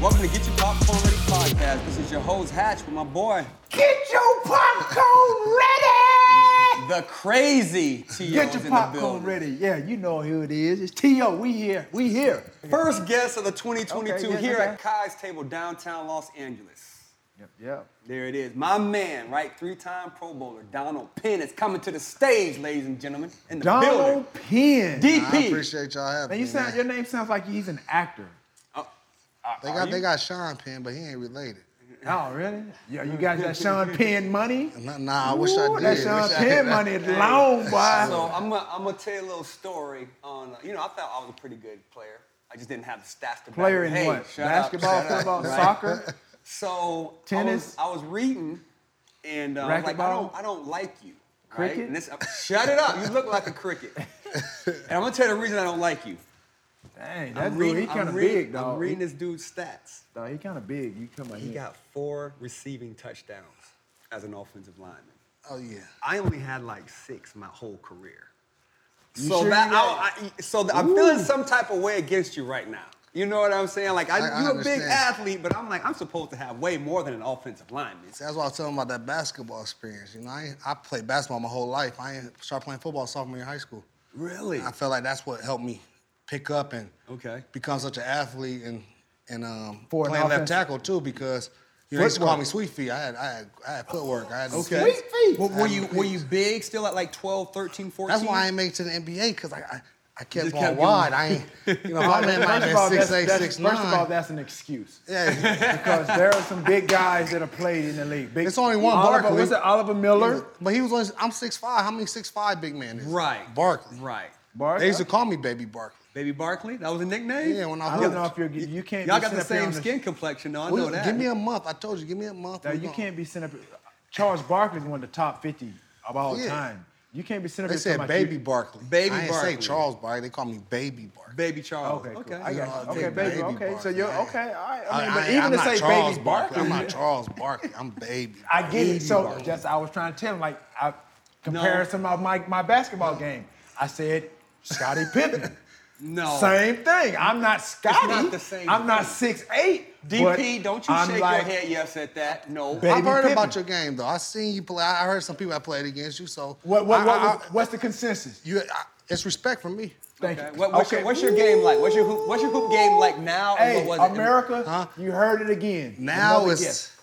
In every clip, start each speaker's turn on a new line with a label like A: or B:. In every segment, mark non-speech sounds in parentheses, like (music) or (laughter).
A: Welcome to Get Your Popcorn Ready podcast. This is your host Hatch with my boy,
B: Get your popcorn ready!
A: the crazy T.O. is
B: Get
A: in
B: your
A: the
B: popcorn
A: building.
B: ready. Yeah, you know who it is. It's T.O. We here. We here.
A: First guest of the 2022
B: Okay, yeah,
A: here
B: okay.
A: at Kai's Table, downtown Los Angeles.
B: Yep, yep.
A: There it is. My man, right? Three-time Pro Bowler Donald Penn is coming to the stage, ladies and gentlemen, in the building.
B: Donald Penn.
A: DP.
C: I appreciate y'all having
B: Man, you
C: me.
B: sound,
C: man.
B: your name sounds like he's an actor.
A: Uh,
C: they got they got Sean Penn, but he ain't related.
B: Oh, really? Yeah, you got
A: (laughs)
B: that Sean Penn money?
C: Nah, nah I wish I
B: Ooh,
C: did.
B: That
C: Wish
B: Sean
C: I-
B: Penn money is long,
A: So
B: boy.
A: I'm gonna I'm gonna tell you a little story on. uh, You know, I thought I was a pretty good player. I just didn't have the stats to back
B: Player
A: it.
B: in
A: Hey,
B: what?
A: shut up,
B: Basketball,
A: shut up,
B: football,
A: right? (laughs)
B: soccer?
A: So
B: Tennis?
A: I was, I was reading, and uh, I was like, I
B: Racquetball?
A: don't, I don't like you. right?
B: Cricket?
A: And this, uh, shut it up! You look like a cricket.
B: (laughs)
A: and I'm gonna tell you the reason I don't like you.
B: Dang,
A: I'm
B: that dude,
A: reading-
B: he kind
A: I'm
B: of
A: reading-
B: big, dog.
A: I'm reading this dude's stats.
B: Dog, he kind of big. You come out
A: He
B: here.
A: got four receiving touchdowns as an offensive lineman.
C: Oh yeah.
A: I only had like six my whole career.
B: You
A: so
B: sure
A: that
B: you got-
A: I, I, so that I'm feeling some type of way against you right now. You know what I'm saying? Like I,
C: I- I
A: you're a big
C: understand.
A: athlete, but I'm like I'm supposed to have way more than an offensive lineman.
C: See, that's why I was telling about that basketball experience. You know, I ain't- I played basketball my whole life. I ain't started playing football sophomore year in high school.
A: Really?
C: I felt like that's what helped me pick up and
A: Okay.
C: become such an athlete and and um,
B: For an
C: playing left
B: offense-
C: tackle too because you know, they used to
B: Footwork.
C: call me Sweet Feet. I had I had I had footwork. I had
A: Okay.
B: Sweet feet.
A: Well, were you
C: Adam
A: were you big still at like 12, 13, 14?
C: That's why I ain't make it to the NBA because I, I I kept
A: Just
C: going
A: kept
C: wide.
A: going.
C: I
B: (laughs)
C: ain't you know my man might
B: First
C: have
B: of all,
C: been
B: that's-
C: six eight
B: that's-
C: six nine.
B: First of all, that's an excuse. (laughs)
C: yeah,
B: because there are some big guys that have played in the league. Big,
C: It's only one
B: Oliver,
C: Barkley.
B: What's it, Oliver Miller?
C: but he was only I'm six five. How many six five big man is
A: Right.
C: Barkley?
A: Right.
B: Barkley?
C: They used to call me Baby Barkley.
A: Baby Barkley? That was a nickname?
C: Yeah, when I,
B: I
C: hooped.
B: don't know if you're you can't.
A: Y'all
B: be
A: got the
B: sent up here
A: same
B: on
A: skin complexion, though. I
C: We-
A: know that.
C: Give me a month. I told you, give me a month.
B: Now,
C: we
B: you
C: gon-
B: can't be sent up. Charles Barkley's one of the top fifty of all
C: Yeah.
B: time. You can't be sent up.
C: They
B: here
C: said
B: talking about
C: Baby
B: you-
C: Barkley.
A: Baby
C: I didn't
A: Barkley.
C: say Charles Barkley. They call me Baby Barkley.
A: Baby Charles.
B: Okay, cool.
A: Okay.
B: I got you.
C: I'll
B: Okay,
C: take
B: baby.
C: Baby
B: okay, so
C: Barkley,
B: you're
C: man.
B: okay. All right. I mean,
C: I-
B: but
C: I-
B: even
C: I'm
B: to
C: not
B: say
C: Charles
B: Baby Barkley,
C: I'm not Charles Barkley. I'm Baby.
B: (laughs) I get
C: Baby
B: it. So
C: Barkley.
B: just I was trying to tell him like I comparison of my my basketball game. I said Scottie
C: (laughs)
B: Pippen.
A: No.
B: Same thing. I'm not Scotty.
A: not the same
B: I'm not
A: thing.
B: six eight.
A: DP, don't you shake your head yes at that. No.
B: Baby-
C: I've heard about
B: Pippen.
C: your game though. I seen you play. I I heard some people that played against you. So
B: What, what,
C: I-
B: what
C: I-
B: was- what's the consensus?
C: you, I, it's respect from me.
B: Thank
A: Okay,
B: you.
A: what- what's, your, what's your game like? What's your hoop, what's your hoop game like now? and
B: Hey,
A: what was it?
B: America,
C: Huh?
B: you heard it again.
C: Now
B: Another
C: it's
B: guess.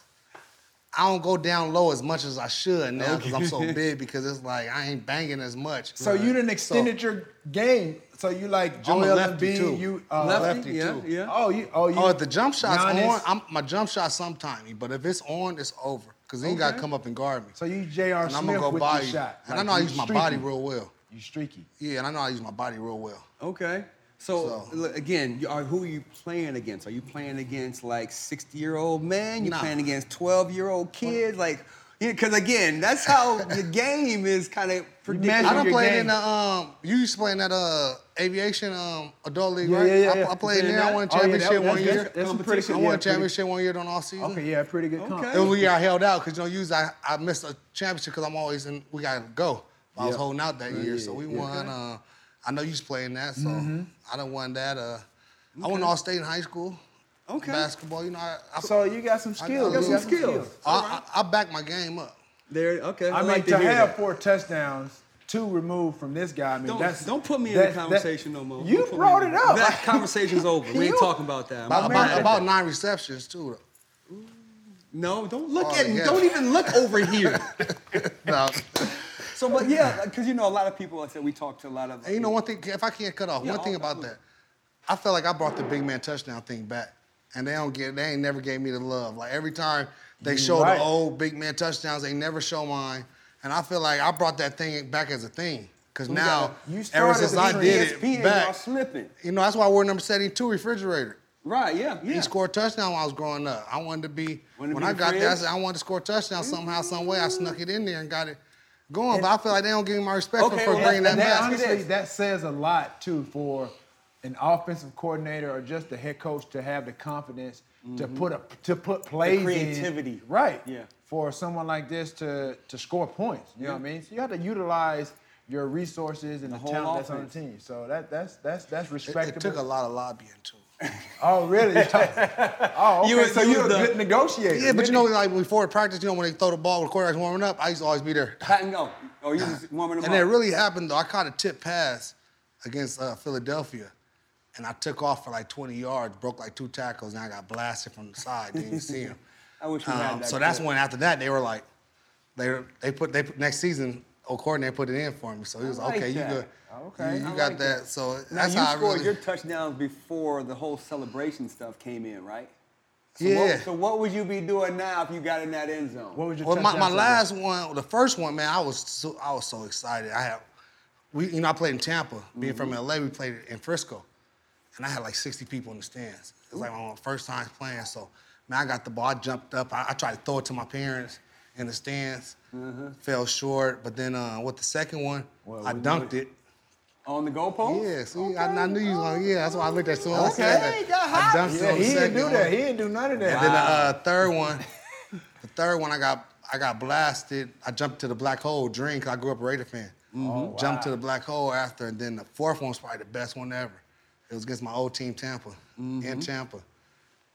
C: I don't go down low as much as I should now because
B: (laughs)
C: I'm so big because it's like I ain't banging as much.
B: So you didn't extended your game. So you like
C: I'm a
B: Joel
C: lefty, too.
B: Embiid. You uh,
A: Lefty,
C: lefty,
A: yeah,
C: too.
A: yeah.
B: Oh, you. Oh, you.
C: Oh, if the jump shot's
B: Giannis.
C: on, I'm, my jump shot sometime, but if it's on, it's over. Cause then you gotta
B: Okay.
C: come up and guard me.
B: so you J.R.
C: and
B: Smith
C: I'm gonna go
B: with
C: by
B: your
C: you.
B: shot.
C: And I
B: Like,
C: know I
B: you
C: use my
B: streaky.
C: body real well.
B: You streaky.
C: Yeah, and I know I use my body real well.
A: Okay. So,
C: So-
A: look, again, you are, who are you playing against? Are you playing against like 60 year old man? You
C: Nah.
A: playing against 12 year old kids? Like, Yeah, because again, that's how
B: (laughs)
A: the game is kind of predicted.
C: I
B: measure
C: done
B: your
C: played
B: game.
C: in the um. You used to play in that uh aviation um adult league,
B: Yeah,
C: right?
B: yeah, yeah,
C: I,
B: yeah.
C: I played
B: You
C: there. I
B: played
C: won a
B: that? Oh, yeah, that-
C: championship
B: that's
C: one
B: good.
C: year.
B: That's some pretty good-
C: I
B: yeah,
C: won a
B: pretty-
C: championship one year during all season.
B: Okay, yeah, pretty good comp.
A: Okay.
C: It was when I held out because you know usually I, I missed a championship because I'm always in. We gotta go. I was
B: Yeah.
C: holding out that year, so we won. Uh, I know you was playing that, so
B: Mm-hmm.
C: I done won that. Uh, I won all state in high school.
A: Okay.
C: Basketball, you know, I, I,
B: So you got some skills.
C: got
B: you
C: some
A: skills.
C: I, I, I back my game up.
A: There, okay.
B: I mean,
A: like
B: to,
A: hear
B: have
A: that.
B: four touchdowns, two removed from this guy. I mean,
A: Don't,
B: that's
A: don't put me in
B: that-
A: the conversation
B: that-
A: no more.
B: You
A: Don't put me
B: brought
A: in
B: it
A: the-
B: up. (laughs)
A: That conversation's over. We ain't
B: You-
A: talking about that.
C: About,
B: man.
C: about, about nine receptions too.
A: no, don't look
C: Oh,
A: at. me.
C: yeah.
A: Don't even look over
B: (laughs)
A: here.
C: No,
A: So, but yeah, because you know, a lot of people. I said we talk to a lot of.
C: and you know one thing. If I can't cut off
A: Yeah,
C: one thing
A: I'll-
C: about
A: I'll-
C: that, I felt like I brought the big man touchdown thing back, and they don't get. They ain't never gave me the love. Like every time they show
B: right.
C: the old big man touchdowns, they never show mine. And I feel like I brought that thing back as a thing because now
B: you
C: ever
B: started
C: since
B: the
C: I
B: trend.
C: did
A: ESPN,
C: it back,
A: y'all slipping.
C: you know that's why I wore number seventy-two refrigerator.
A: Right? Yeah. Yeah.
C: He scored a touchdown when I was growing up. I wanted to be
A: Wanted to be
C: when I
A: the
C: got there. I
A: Fred?
C: said I wanted to score a touchdown somehow, some way. I snuck it in there and got it going. but I feel like they don't give me my respect for-
A: Okay,
C: for
A: well,
C: bringing that
B: And that,
C: back.
A: Let me ask you
B: honestly,
A: this.
B: that says a lot too for an offensive coordinator or just the head coach to have the confidence to put a to put plays
A: Mm-hmm. creativity.
B: in, right?
A: Yeah.
B: For someone like this to to score points, you know what I mean. So you have to utilize your resources and the,
A: whole
B: talent that's on
A: offense.
B: the team. So that that's that's that's
C: It,
B: respectable.
C: it took a lot of lobbying too.
B: Oh
C: (laughs)
B: really? (laughs) oh, okay.
A: You was-
B: so
A: you
B: you're a
A: was the-
B: good negotiator.
C: Yeah, but
B: really.
C: you know, like before practice, you know, when they throw the ball, when the quarterback's warming up, I used to always be there.
A: Pat and go. Oh, you
C: (sighs)
A: just warming them
C: And
A: up.
C: it really happened though. I caught a tip pass against uh, Philadelphia, and I took off for like 20 yards, broke like two tackles, and I got blasted from the side. Didn't even see him.
A: (laughs) I
C: Um,
A: wish we had that
C: so that's
A: clip.
C: when after that they were like, they were- they put they put, next season. O'Coordinator put it in for me, so he was
A: like
C: okay.
A: that.
C: You good?
B: Okay,
C: you, you
B: I
C: got
B: like
C: that.
B: that.
C: So
A: Now
C: that's
A: you
C: how I
A: scored
C: really.
A: your touchdowns before the whole celebration stuff came in, right? So
C: yeah.
A: What, so what would you be doing now if you got in that end zone?
B: What was your
C: Well, my,
B: touchdown
C: my
B: score?
C: last one, the first one, man, I was so, I was so excited. I had, we, you know, I played in Tampa. Being from
B: Mm-hmm.
C: LA, we played in Frisco, and I had like 60 people in the stands. It was like my first time playing, so man, I got the ball. I jumped up. I, I tried to throw it to my parents in the stands,
B: Mm-hmm.
C: fell short. But then uh, with the second one, I dunked it.
A: on the goalpost?
C: Yeah, see, I, I knew you was gonna. Yeah, that's why I looked at someone.
A: Okay. He got
C: I
A: hot.
C: dunked it
B: Yeah,
C: on
B: he
C: the
B: didn't
C: second
B: do
C: one.
B: that. He didn't do none of that.
C: And then the uh, third one, the third one, I got I got blasted. I jumped to the black hole, Dream, 'cause I grew up a Raider fan.
B: Mm-hmm.
A: Oh,
C: Jumped to the black hole after, and then the fourth one was probably the best one ever. It was against my old team, Tampa, in Tampa,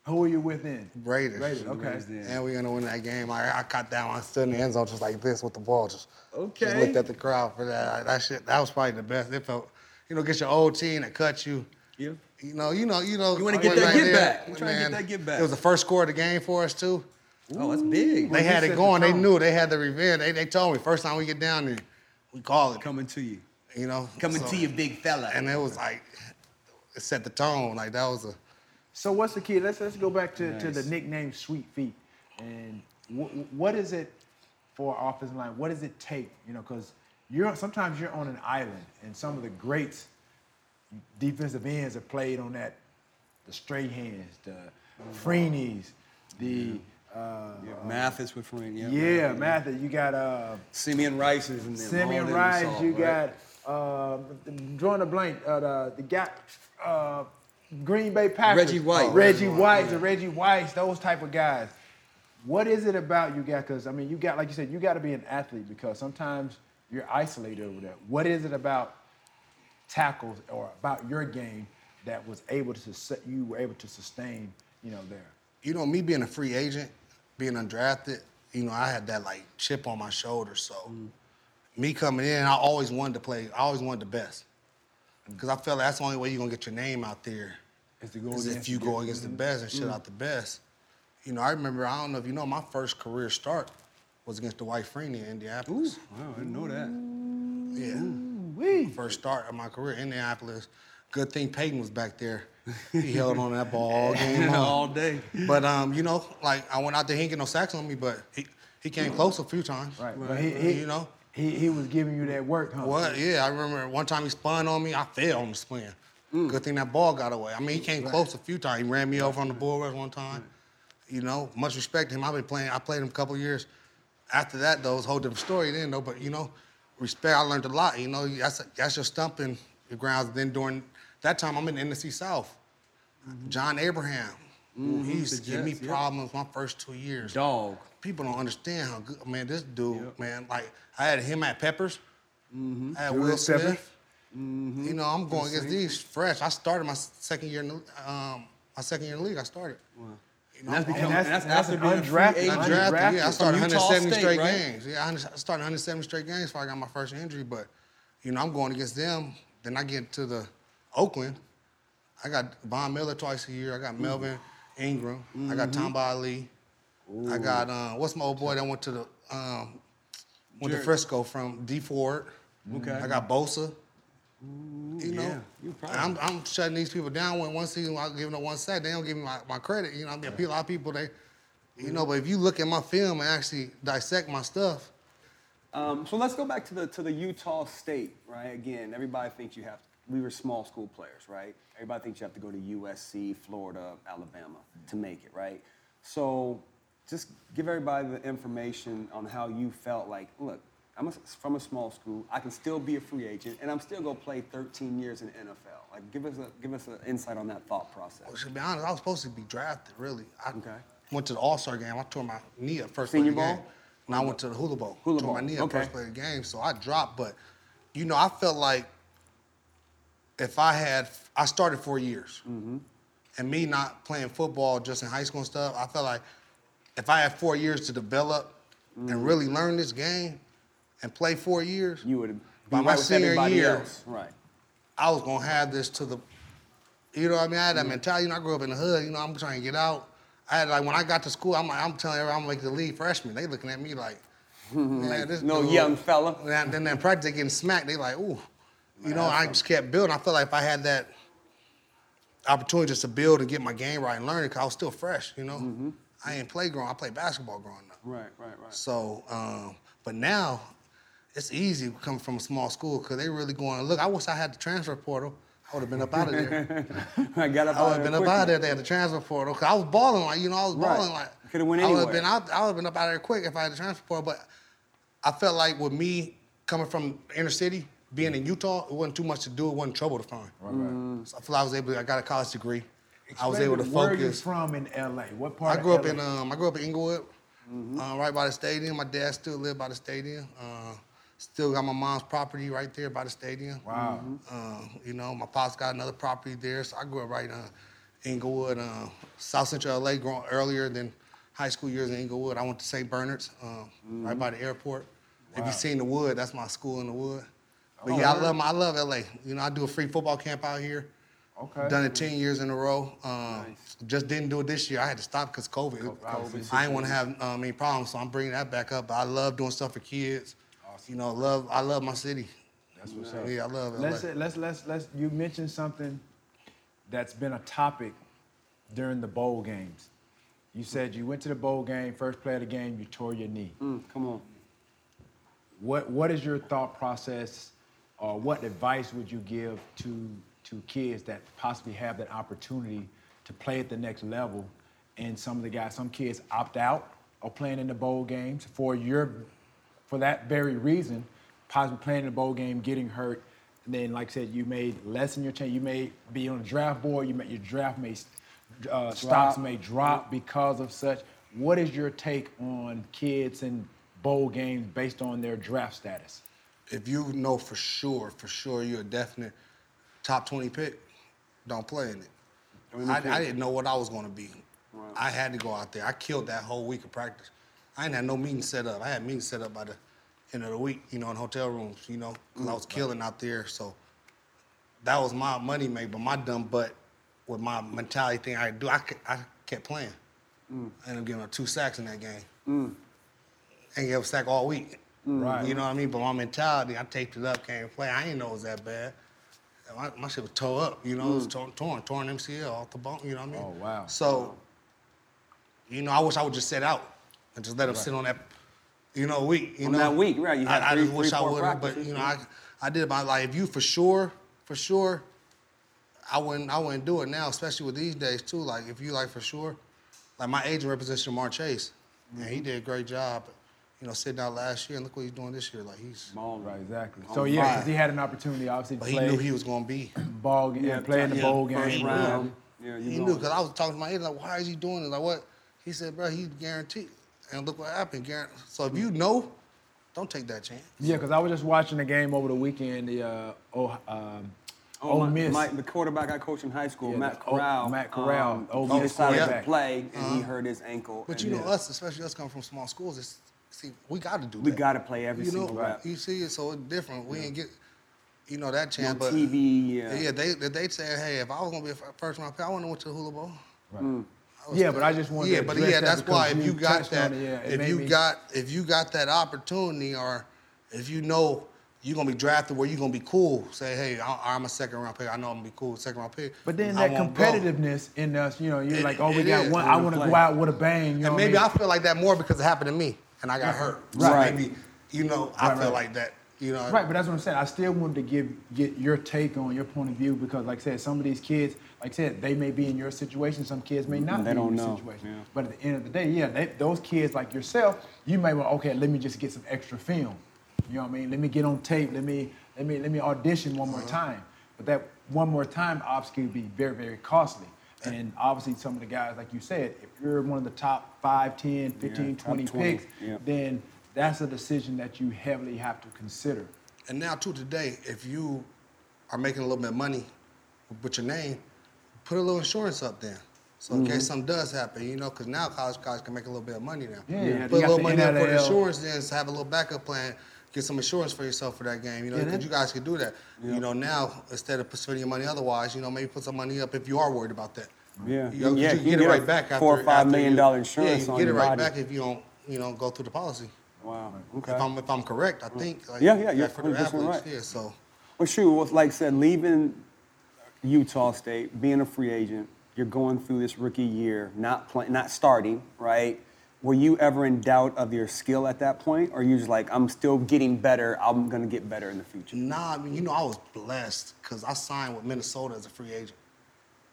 B: Who are you within?
C: Raiders.
B: Mm-hmm. Raiders. Okay.
C: And we're gonna win that game. I, I caught that one, stood in the end zone just like this with the ball, just, just
A: Okay.
C: looked at the crowd for that. That shit, that was probably the best. It felt, you know, get your old team to cut you.
A: Yeah.
C: You know, you know, you know.
A: You wanna
C: I
A: get
C: went
A: that get
C: there.
A: back. You tryna get
C: Man,
A: that get back.
C: It was the first score of the game for us too.
A: Oh, that's big.
C: They had
B: set
C: it
B: the
C: going. They
B: tone.
C: knew. They had the revenge. They, they told me first time we get down there, we call it.
A: coming to you.
C: You know,
A: Coming
C: So-
A: to you, big fella.
C: And it was like, it set the tone. Like that was a.
B: So what's the key? Let's let's go back to, to the nickname Sweet Feet, and wh- wh- what is it for our offensive line? What does it take? You know, because you're sometimes you're on an island, and some of the greats defensive ends have played on that. The straight hands, the Freenies, the uh,
A: Mathis with friend. Yeah.
B: yeah, Matthew. You got uh,
A: Simeon Rice is in there.
B: Simeon Rice, you got uh, drawing a blank. Uh, the, the guy, uh, Green Bay Packers, Oh,
A: Reggie White.
B: Reggie White, the Reggie White, those type of guys. What is it about you got? Because I mean, you got like you said, you got to be an athlete because sometimes you're isolated over that. What is it about tackles or about your game that was able to sus- you were able to sustain? You know, there.
C: You know, me being a free agent, being undrafted. You know, I had that like chip on my shoulder. So,
B: Mm.
C: me coming in, I always wanted to play. I always wanted the best, because I felt that's the only way you're gonna get your name out there.
B: Is to go
C: is if
B: against
C: you
B: the- Mm-hmm. Mm.
C: go against the best and shit out the best. You know, I remember, I don't know if you know, my first career start was against the White Freeney in Indianapolis.
A: Wow, I didn't know that.
C: Yeah. First start of my career in Indianapolis. Good thing Peyton was back there. He held on to that
A: (laughs)
C: ball all game long.
A: All day.
C: But, um, you know, like, I went out there, he ain't get no sacks on me, but he, he came close a few times.
B: Right, but he, he,
C: you know?
B: he, he was giving you that work, huh?
C: What? Yeah, I remember one time he spun on me. I fell on the spin.
A: Mm.
C: Good thing that ball got away. I mean, he came close a few times. He ran me over on the bull rush one time. You know, much respect to him. I've been playing. I played him a couple years after that though, it's a whole different story then though. But you know, respect. I learned a lot. You know, that's that's your stumping grounds. Then during that time, I'm in the NFC South. John Abraham, ooh, he used
A: Mm-hmm.
C: to
A: the
C: give me
A: Jets, yeah.
C: problems my first two years.
A: Dog.
C: People don't understand how good. Man, this dude, man, like I had him at Peppers.
A: Mm-hmm.
C: I had Will
B: Julius
C: Smith.
B: Peppers.
C: You know, I'm going against these fresh. I started my second year in the, um, my second year in the league. I started.
A: And that's become,
B: And that's-
A: and that's,
B: that's
A: after
B: an
A: being a free
B: undrafted-
A: agent.
B: undrafted-
C: Undrafted, yeah. I
B: From
C: started
A: Utah
C: 170
A: State,
C: straight
A: right?
C: games. Yeah, I under- I started 170 straight games before I got my first injury. But, you know, I'm going against them. Then I get to the Oakland. I got Von Miller twice a year. I
A: Mm.
C: got Melvin Ingram. I
A: Mm-hmm.
C: got Tom Ali. I got, uh, what's my old boy that went to the, um, went to
A: Jared.
C: Frisco from D Ford.
A: Okay.
C: I got Bosa. You know,
A: yeah. You probably-
C: I'm, I'm shutting these people down. When one season, I'm giving them one sack. They don't give me my, my credit. You know, I mean, a lot of people they, you know. But if you look at my film and actually dissect my stuff,
A: Um, so let's go back to the to the Utah State, right? Again, everybody thinks you have. We were small school players, right? Everybody thinks you have to go to USC, Florida, Alabama to make it, right? So just give everybody the information on how you felt. Like, look, I'm a, from a small school. I can still be a free agent, and I'm still gonna play 13 years in the NFL. Like, give us a give us an insight on that thought
C: I
A: process.
C: should be honest, I was supposed to be drafted. Really, I
A: Okay.
C: went to the All Star game. I tore my knee up first
A: Senior
C: play of the
A: bowl?
C: game. And I went to the Hula Bowl.
A: Hula
C: tore my
A: Bowl,
C: knee up
A: okay.
C: first play of the game, so I dropped. But you know, I felt like if I had, I started four years,
A: Mm-hmm.
C: and me not playing football just in high school and stuff, I felt like if I had four years to develop
A: Mm-hmm.
C: and really learn this game and play four years,
A: You would
C: By
A: be
C: my
A: right with
C: senior
A: everybody
C: year,
A: else, right?
C: I was gonna have this to the, you know what I mean? I had that mentality. You know, I grew up in the hood. You know, I'm trying to get out. I had like when I got to school, I'm like, I'm telling everyone I'm like the lead freshman. They looking at me like, man, this
A: no
C: dude."
A: young fella.
C: And (laughs) then in practice, they getting smacked. They like, ooh, you know. I just kept building. I felt like if I had that opportunity just to build and get my game right and learn, it, cause I was still fresh. You know, I ain't play growing. I played basketball growing up.
A: Right, right, right.
C: So, um, but now it's easy coming from a small school because they really going to look. I wish I had the transfer portal. I would have been up out of
A: (laughs)
C: there.
A: (laughs) I got up
C: I
A: out
C: would have
A: of
C: been
A: there
C: up out of
A: quickly.
C: there. They had the transfer portal. 'cause I was balling like you know I was
A: Right.
C: balling like
A: Coulda went
C: I would have
A: anywhere.
C: been out. I would have been up out of there quick if I had the transfer portal. But I felt like with me coming from inner city, being in Utah, it wasn't too much to do. It wasn't trouble to find. So I feel I was able. To, I got a college degree. I was
B: Explain
C: able to
B: where you
C: focus.
B: from in LA? What part?
C: I grew
B: of
C: up
B: LA?
C: in um, I grew up in Inglewood, uh, right by the stadium. My dad still lived by the stadium. Uh, still got my mom's property right there by the stadium.
B: Wow.
C: Uh, you know, my pops got another property there, so I grew up right in uh, Inglewood, uh, South Central LA. Growing earlier than high school years in Inglewood, I went to St. Bernard's, uh,
B: Mm-hmm.
C: right by the airport. If you seen the wood, that's my school in the wood.
B: Oh,
C: But yeah, I love my, I love LA. You know, I do a free football camp out here.
B: Okay.
C: Done it 10 years in a row. Um, Just didn't do it this year. I had to stop because COVID. I didn't want to have um, any problems, so I'm bringing that back up. But I love doing stuff for kids. You know, love I love my city. That's what's up. Yeah, I love LA.
B: Let's, let's let's let's you mentioned something that's been a topic during the bowl games. You said you went to the bowl game, first play of the game, you tore your knee.
A: Mm, come on.
B: What what is your thought process or what advice would you give to to kids that possibly have that opportunity to play at the next level and some of the guys some kids opt out of playing in the bowl games for your for that very reason, possibly playing in the bowl game, getting hurt, and then like I said, you may lessen your chance. You may be on the draft board, you may your draft may uh, stocks may drop because of such. What is your take on kids and bowl games based on their draft status.
C: if you know for sure, for sure you're a definite top 20 pick, don't play in it. I, I didn't know what I was going to be. I had to go out there. I killed that whole week of practice. I ain't had no meeting set up. I had meetings set up by the end of the week, you know, in hotel rooms, you know, 'cause I was killing out there. So that was my money made, but my dumb butt with my mentality thing I do, I, ke- I kept playing. I ended up giving up two sacks in that game. And gave up a sack all week.
B: Right.
C: Mm, You know what I mean? But my mentality, I taped it up, can't play. I didn't know it was that bad. And My, my shit was tore up, you know, it
A: Mm.
C: was torn, torn, torn MCL off the bone, you know what I mean?
B: Oh, wow.
C: So, you know, I wish I would just sit out and just let them sit on that, you know, week. You
A: On
C: know,
A: that week, right, you had
C: I, I
A: three-
C: just wish
A: three,
C: I
A: four
C: would have, but
A: practices,
C: you know, I, I did about like if you for sure, for sure, I wouldn't, I wouldn't do it now, especially with these days too. Like if you like for sure, like my agent represents Jamar Chase, and he did a great job you know, sitting out last year, and look what he's doing this year. Like he's,
A: Ball, right, exactly.
B: So yeah, 'cause he had an opportunity obviously to
C: but he
B: play
C: knew he was gonna be.
B: ball game, yeah, play in the
C: yeah,
B: bowl
C: first
B: game.
C: round.
A: round. Yeah, you
C: He knew because I was talking to my agent like, why is he doing it? Like what? He said, bro, he's guaranteed. And look what happened. Guar- So if you know, don't take that chance.
B: Yeah, because I was just watching the game over the weekend. The uh, oh, um,
A: Oh,
B: Ole
A: my-
B: Miss.
A: Mike, the quarterback I coached in high school,
B: Yeah,
A: Matt
B: the- oh,
A: Corral. um,
B: Matt Corral, Ole
A: he
B: Miss
A: decided to
B: quarterback.
A: play, and he hurt his ankle.
C: But
A: and
C: you know
A: then
C: us, especially us coming from small schools, it's, see, we got to do
A: we
C: that.
A: got to play every
C: You know,
A: single rep.
C: you see it, so it's different. We didn't get, you know, that
A: On
C: chance. but
A: TV,
C: yeah,
A: yeah.
C: they they they said, hey, if I was gonna be a fir- first round pick, I wouldn't have went to the Hula Bowl. I was
B: Yeah, but
C: there.
B: I just wanted
C: Yeah,
B: to
C: but
B: address
C: yeah,
B: that
C: that's why
B: because
C: if
B: you
C: you got
B: touched on
C: that,
B: it, yeah, it
C: if
B: made
C: you
B: me-
C: got if you got that opportunity, or if you know you're gonna be drafted where you're gonna be cool, say, hey, I, I'm a second round pick. I know I'm gonna be cool, second round pick.
B: But then
C: I
B: that
C: won't go.
B: competitiveness in us, you know, you're
C: It-
B: like, oh, we
C: it
B: got
C: is.
B: one.
C: We're
B: I
C: gonna
B: want to
A: play.
B: go out with a bang. You know
C: And
B: what
C: maybe
B: I
C: I
B: mean?
C: feel like that more because it happened to me and I got hurt. So
A: Right.
C: maybe, you know,
B: Mm-hmm.
C: I
B: Right,
C: feel
B: right.
C: like that. You know,
B: Right, but that's what I'm saying. I still wanted to give get your take on your point of view because, like I said, some of these kids, like I said, they may be in your situation. Some kids may not
A: They
B: be
A: don't
B: in your
A: know,
B: situation.
A: yeah.
B: But at the end of the day, yeah, they, those kids like yourself, you may want okay, let me just get some extra film. You know what I mean? Let me get on tape. Let me let me let me audition one more time. But that one more time obviously would be very very costly. And obviously, some of the guys, like you said, if you're one of the top 5, 10, 15,
A: top
B: 20
A: 20,
B: picks,
A: yeah.
B: then that's a decision that you heavily have to consider.
C: And now too today, if you are making a little bit of money with your name, put a little insurance up there. So
A: Mm-hmm.
C: in case something does happen, you know, because now college guys can make a little bit of money now.
B: Yeah, Yeah. they
C: Put a
B: got
C: little
B: the
C: money up for
B: NIL.
C: insurance, then to have a little backup plan. Get some insurance for yourself for that game, you know,
B: Yeah,
C: because
B: that-
C: you guys can do that. You know, now instead of spending your money otherwise, you know, maybe put some money up if you are worried about that.
A: Yeah.
C: you, know, 'cause
A: Yeah, you
C: you can get
A: get
C: it
A: a
C: right back after
A: four or five
C: after
A: million
C: you-
A: dollar
C: Yeah,
A: insurance
C: you
A: on
C: get it
A: your
C: right
A: body.
C: back if you don't, you know, go through the policy.
A: Wow. Okay.
C: If I'm if I'm correct, I think. Like,
A: Yeah, yeah, you're
C: like for the
A: 100%
C: athletes,
A: right.
C: Yeah, so
A: Well, shoot, well, like I said, leaving Utah State, being a free agent, you're going through this rookie year, not playing, not starting, right? Were you ever in doubt of your skill at that point, or you just like, I'm still getting better, I'm gonna get better in the future?
C: nah, I mean, you know, I was blessed because I signed with Minnesota as a free agent,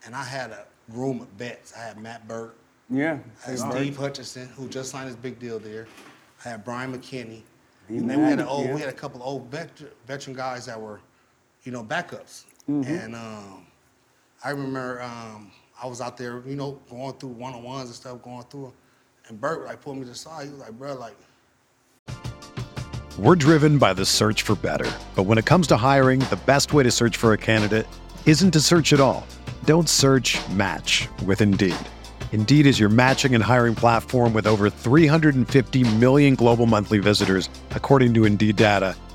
C: and I had a room of vets. I had Matt Burke,
A: Yeah.
C: I had Steve Hutchinson, who just signed his big deal there. I had Brian McKinney,
A: He
C: and then we had
A: mad,
C: an old,
A: yeah.
C: we had a couple of old veteran, veteran guys that were, you know, backups.
A: Mm-hmm.
C: And um, I remember um, I was out there, you know, going through one on ones and stuff, going through 'em, and Burke like pulled me to the side. He was like, bro, like.
D: We're driven by the search for better. But when it comes to hiring, the best way to search for a candidate isn't to search at all. Don't search match with Indeed. Indeed is your matching and hiring platform with over 350 million global monthly visitors, according to Indeed data,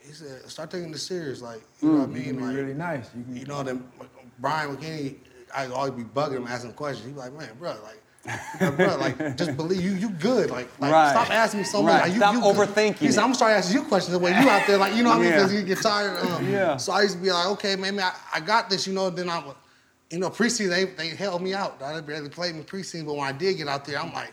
C: He said, start taking this serious. Like, you know what I
A: Mm-hmm.
C: mean?
B: It'd be
C: Like,
B: really nice. You can,
C: you know, then Brian McKinney, I always be bugging him, asking him questions. He be like, man, bro, like, like, bro,
A: (laughs)
C: like, just believe you, you good. Like, like
A: Right.
C: stop asking me so much.
A: Right.
C: Like, you,
A: Stop
C: you good."
A: overthinking
C: He
A: it.
C: said, I'm gonna start asking you questions the way you out there, like, you know what I mean?
A: Yeah.
C: Because you get tired. Um,
A: Yeah.
C: So I used to be like, okay, maybe I, I got this, you know, then I would, you know, preseason, they, they held me out. I didn't barely play me preseason, but when I did get out there, I'm like,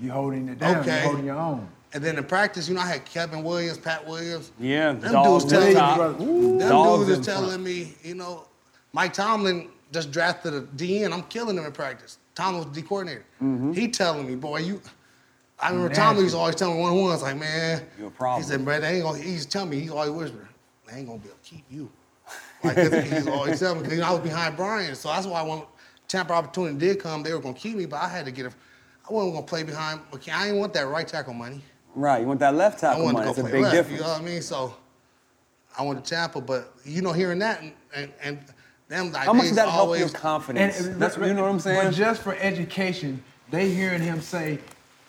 B: you're holding it down.
C: Okay.
B: You're holding your own.
C: and then in practice, you know, I had Kevin Williams, Pat Williams.
A: Yeah,
C: Them
A: dogs
C: dudes telling
A: up
C: me,
A: top.
B: Ooh.
C: them
A: Dogs
C: dudes
A: in
C: is telling me, you know, Mike Tomlin just drafted a DN. I'm killing him in practice. Tomlin was the D coordinator.
A: Mm-hmm.
C: He telling me, boy, you. I remember Tomlin used to always tell me one on ones like, man.
A: You a problem.
C: He said, bro, they ain't gonna. He's telling me he's always whispering, they ain't gonna be able to keep you. Like 'cause he's always telling me 'cause, you know, I was behind Brian, so that's why when Tampa opportunity did come, they were gonna keep me, but I had to get a. I wasn't gonna play behind. McKin- I didn't want that right tackle money.
A: Right, you want that left
C: I
A: tackle
C: wanted
A: money. That's
C: to go
A: a
C: play
A: big
C: left.
A: difference.
C: You know what I mean? So I went to Tampa, but you know, hearing that and and, and them like
A: How much
C: they
A: does that help
C: always,
A: your confidence?
B: And-
A: That's, you know what I'm saying?
B: But just for education, they hearing him say,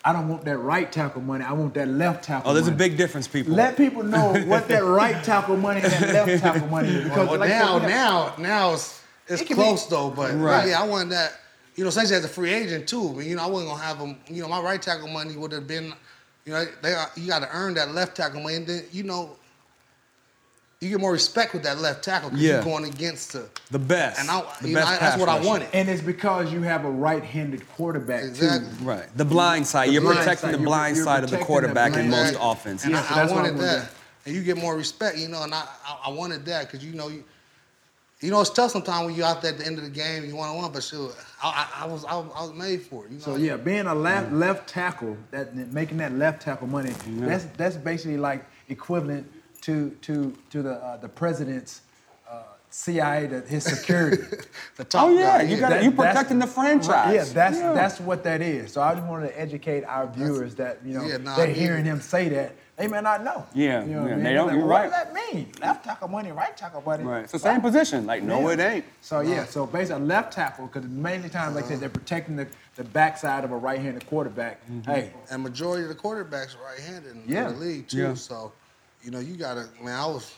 B: "I don't want that right tackle money. I want that left tackle."
A: oh, there's a
B: money."
A: big difference, people.
B: Let people know what that right tackle money and that left tackle money is because
C: (laughs) Well,
B: like I said,
C: now,
B: we have-
C: now, now it's it's
B: It can
C: close
B: be-
C: though, but
A: Right.
C: yeah, I wanted that. You know, since as a free agent too, but you know, I wasn't gonna have him. You know, my right tackle money would have been, you know, they are, you got to earn that left tackle money. And then you know, you get more respect with that left tackle because
A: Yeah.
C: you're going against the
A: the best.
C: and I,
A: the
C: you know,
A: best
C: I-
A: pass
C: that's what I
A: rusher.
C: wanted.
B: and it's because you have a right-handed quarterback
C: Exactly.
B: too.
A: Right. The blind side. you're
C: blind
A: protecting
B: side.
A: the
B: You're-
A: blind
B: you're
A: side of the
B: protecting the
A: quarterback in
B: blind
A: most
B: side.
A: offenses.
C: And
B: Yeah,
C: I,
B: so
C: I
B: that's why I
C: wanted
B: wanted
C: that.
B: that.
C: And you get more respect, you know, and I, I, I wanted that because, you know, you, you know, it's tough sometimes when you're out there at the end of the game, you one on one, but shoot, I, I, I, was, I, was- I was made for it. You know?
B: So yeah, being a left left tackle, that that- making that left tackle money, that's that's basically like equivalent to to to the uh, the president's uh, CIA, the, his security.
C: The top
A: Oh (laughs) yeah,
C: guy,
A: you got you
B: that's-
A: protecting the franchise.
B: Yeah, that's that's what that is. So I just wanted to educate our viewers that you know
C: Yeah, nah,
B: they're
C: I get
B: hearing
C: it.
B: him say that. They may not know.
A: Yeah,
B: you know what
A: yeah,
B: I mean?
A: they
B: They're
A: don't-
B: Like,
A: you're
B: what
A: right.
B: does that mean? Left tackle money, right tackle money.
A: Right. It's the same position. Like, no,
B: Yeah.
A: it ain't.
B: So yeah, so basically a left tackle, because mainly times like I said, they're protecting the, the backside of a right-handed quarterback. Hey,
C: And majority of the quarterbacks are right-handed in
B: Yeah.
C: the league too.
A: Yeah.
C: So, you know, you got to. Man, I was,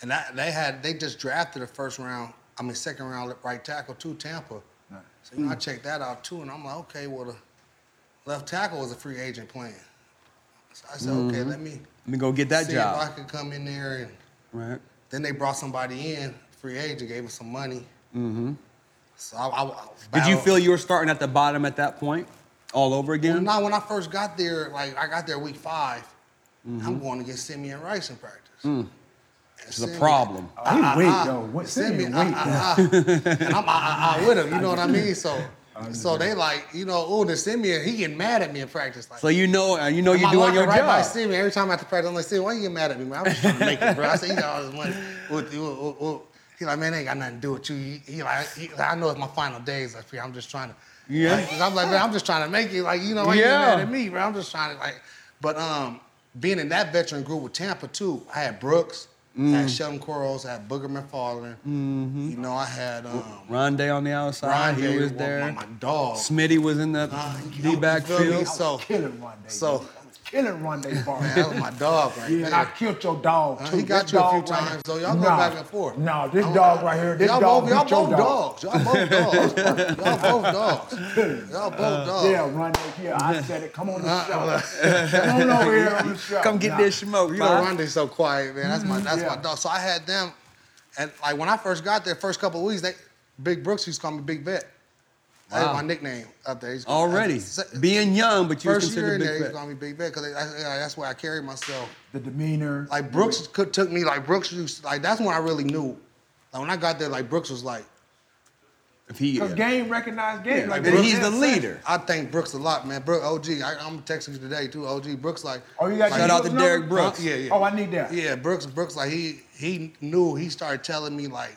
C: and that, they had they just drafted a first round. I mean, second round right tackle to Tampa. So you know, I checked that out too, and I'm like, okay, well, the left tackle was a free agent playing. So I said, okay, let me
A: Let me go get Mm-hmm. that
C: see if I
A: job.
C: could come in there. And
A: Right.
C: then they brought somebody in, free agent, gave him some money. Mm-hmm. So I, I, I was
A: Did you
C: battled-
A: feel you were starting at the bottom at that point, all over
C: Well,
A: again?
C: now when I first got there, like I got there week 5 i I'm going to get Simeon Rice in practice.
A: Mm-hmm. Mm. It's a problem.
B: hey, wait,
C: I-
B: yo, what?
C: Ah, send me,
B: Simeon,
C: I-
B: wait, yo.
C: I- I- and I'm I, I, I with him, you know what I mean? So, so they like, you know, oh, the Simeon, he getting mad at me in practice. Like,
A: So you know, uh, you know,
C: I'm
A: you're
C: like,
A: doing
C: walking
A: your
C: right by
A: job.
C: Simeon every time I have to practice. I'm like, Simeon, why you get mad at me, man? I'm just trying to make it, bro. I said, you got all this money. Ooh, ooh, ooh, ooh. He like, man, they ain't got nothing to do with you. He, he like, he, I know it's my final days up here. I'm just trying to.
A: Yeah.
C: Like, I'm like, man, I'm just trying to make it. Like, you know, why you get
A: Yeah.
C: mad at me, bro? I'm just trying to like. But um, being in that veteran group with Tampa too, I had Brooks, I
A: Mm.
C: had Sheldon Quarles, I had Boogerman Fowler.
A: Mm-hmm.
C: You know, I had um,
A: Rondé on the outside.
C: Brian
A: He
C: Davis,
A: was
C: my-
A: there.
C: My, my dog.
A: Smitty was in the
C: Uh, you know,
A: D
C: you feel me?
A: backfield.
C: So-
B: I was (laughs) killing one day.
C: ah. so-
B: So I was killing one day, Barney.
C: Man, that was my dog right
B: Yeah, and I
C: there.
B: killed your dog.
C: Uh,
B: Too.
C: he got
B: This
C: you a
B: dog
C: few
B: right
C: times,
B: here-
C: though. Y'all go
B: Nah.
C: back and forth.
B: Nah, this
C: I don't-
B: dog right here, this
C: y'all
B: dog
C: both, y'all
B: beat your
C: both
B: dog.
C: dogs. Y'all both dogs.
B: (laughs)
C: y'all both dogs. Y'all both dogs.
B: Yeah, run it. Yeah, I said it. Come on
C: Uh,
B: the show. Come on over here
C: (laughs)
B: on the show.
A: Come get
B: Nah.
A: this smoke.
C: You
A: You
C: know, Rondé's so quiet, man. That's my that's my
B: Mm-hmm. yeah.
C: dog. So I had them, and like when I first got there, first couple of weeks, they Big Brooks used to call me Big Vet. That
A: Wow.
C: was my nickname up there. He's-
A: Already
C: se-
A: being young, but you was
C: First year
A: considered
C: in there, he
A: big
C: used to
A: threat.
C: call me Big Vet because that's where I carried myself.
B: The demeanor.
C: Like Brooks could, took me like Brooks used like that's when I really knew. Like when I got there, like Brooks was like,
A: If he,
B: Because game recognized game. like
A: and
B: Brooks
A: he's the
B: said.
A: leader.
C: I thank Brooks a lot, man. Brooks, OG, I, I'm texting you today too. OG, Brooks like,
B: Oh, you got
C: like,
A: Shout out to
B: Brooks'
A: Derek
B: number?
A: Brooks.
C: Yeah, yeah.
B: Oh, I need that.
C: yeah, Brooks, Brooks like he he knew. He started telling me like,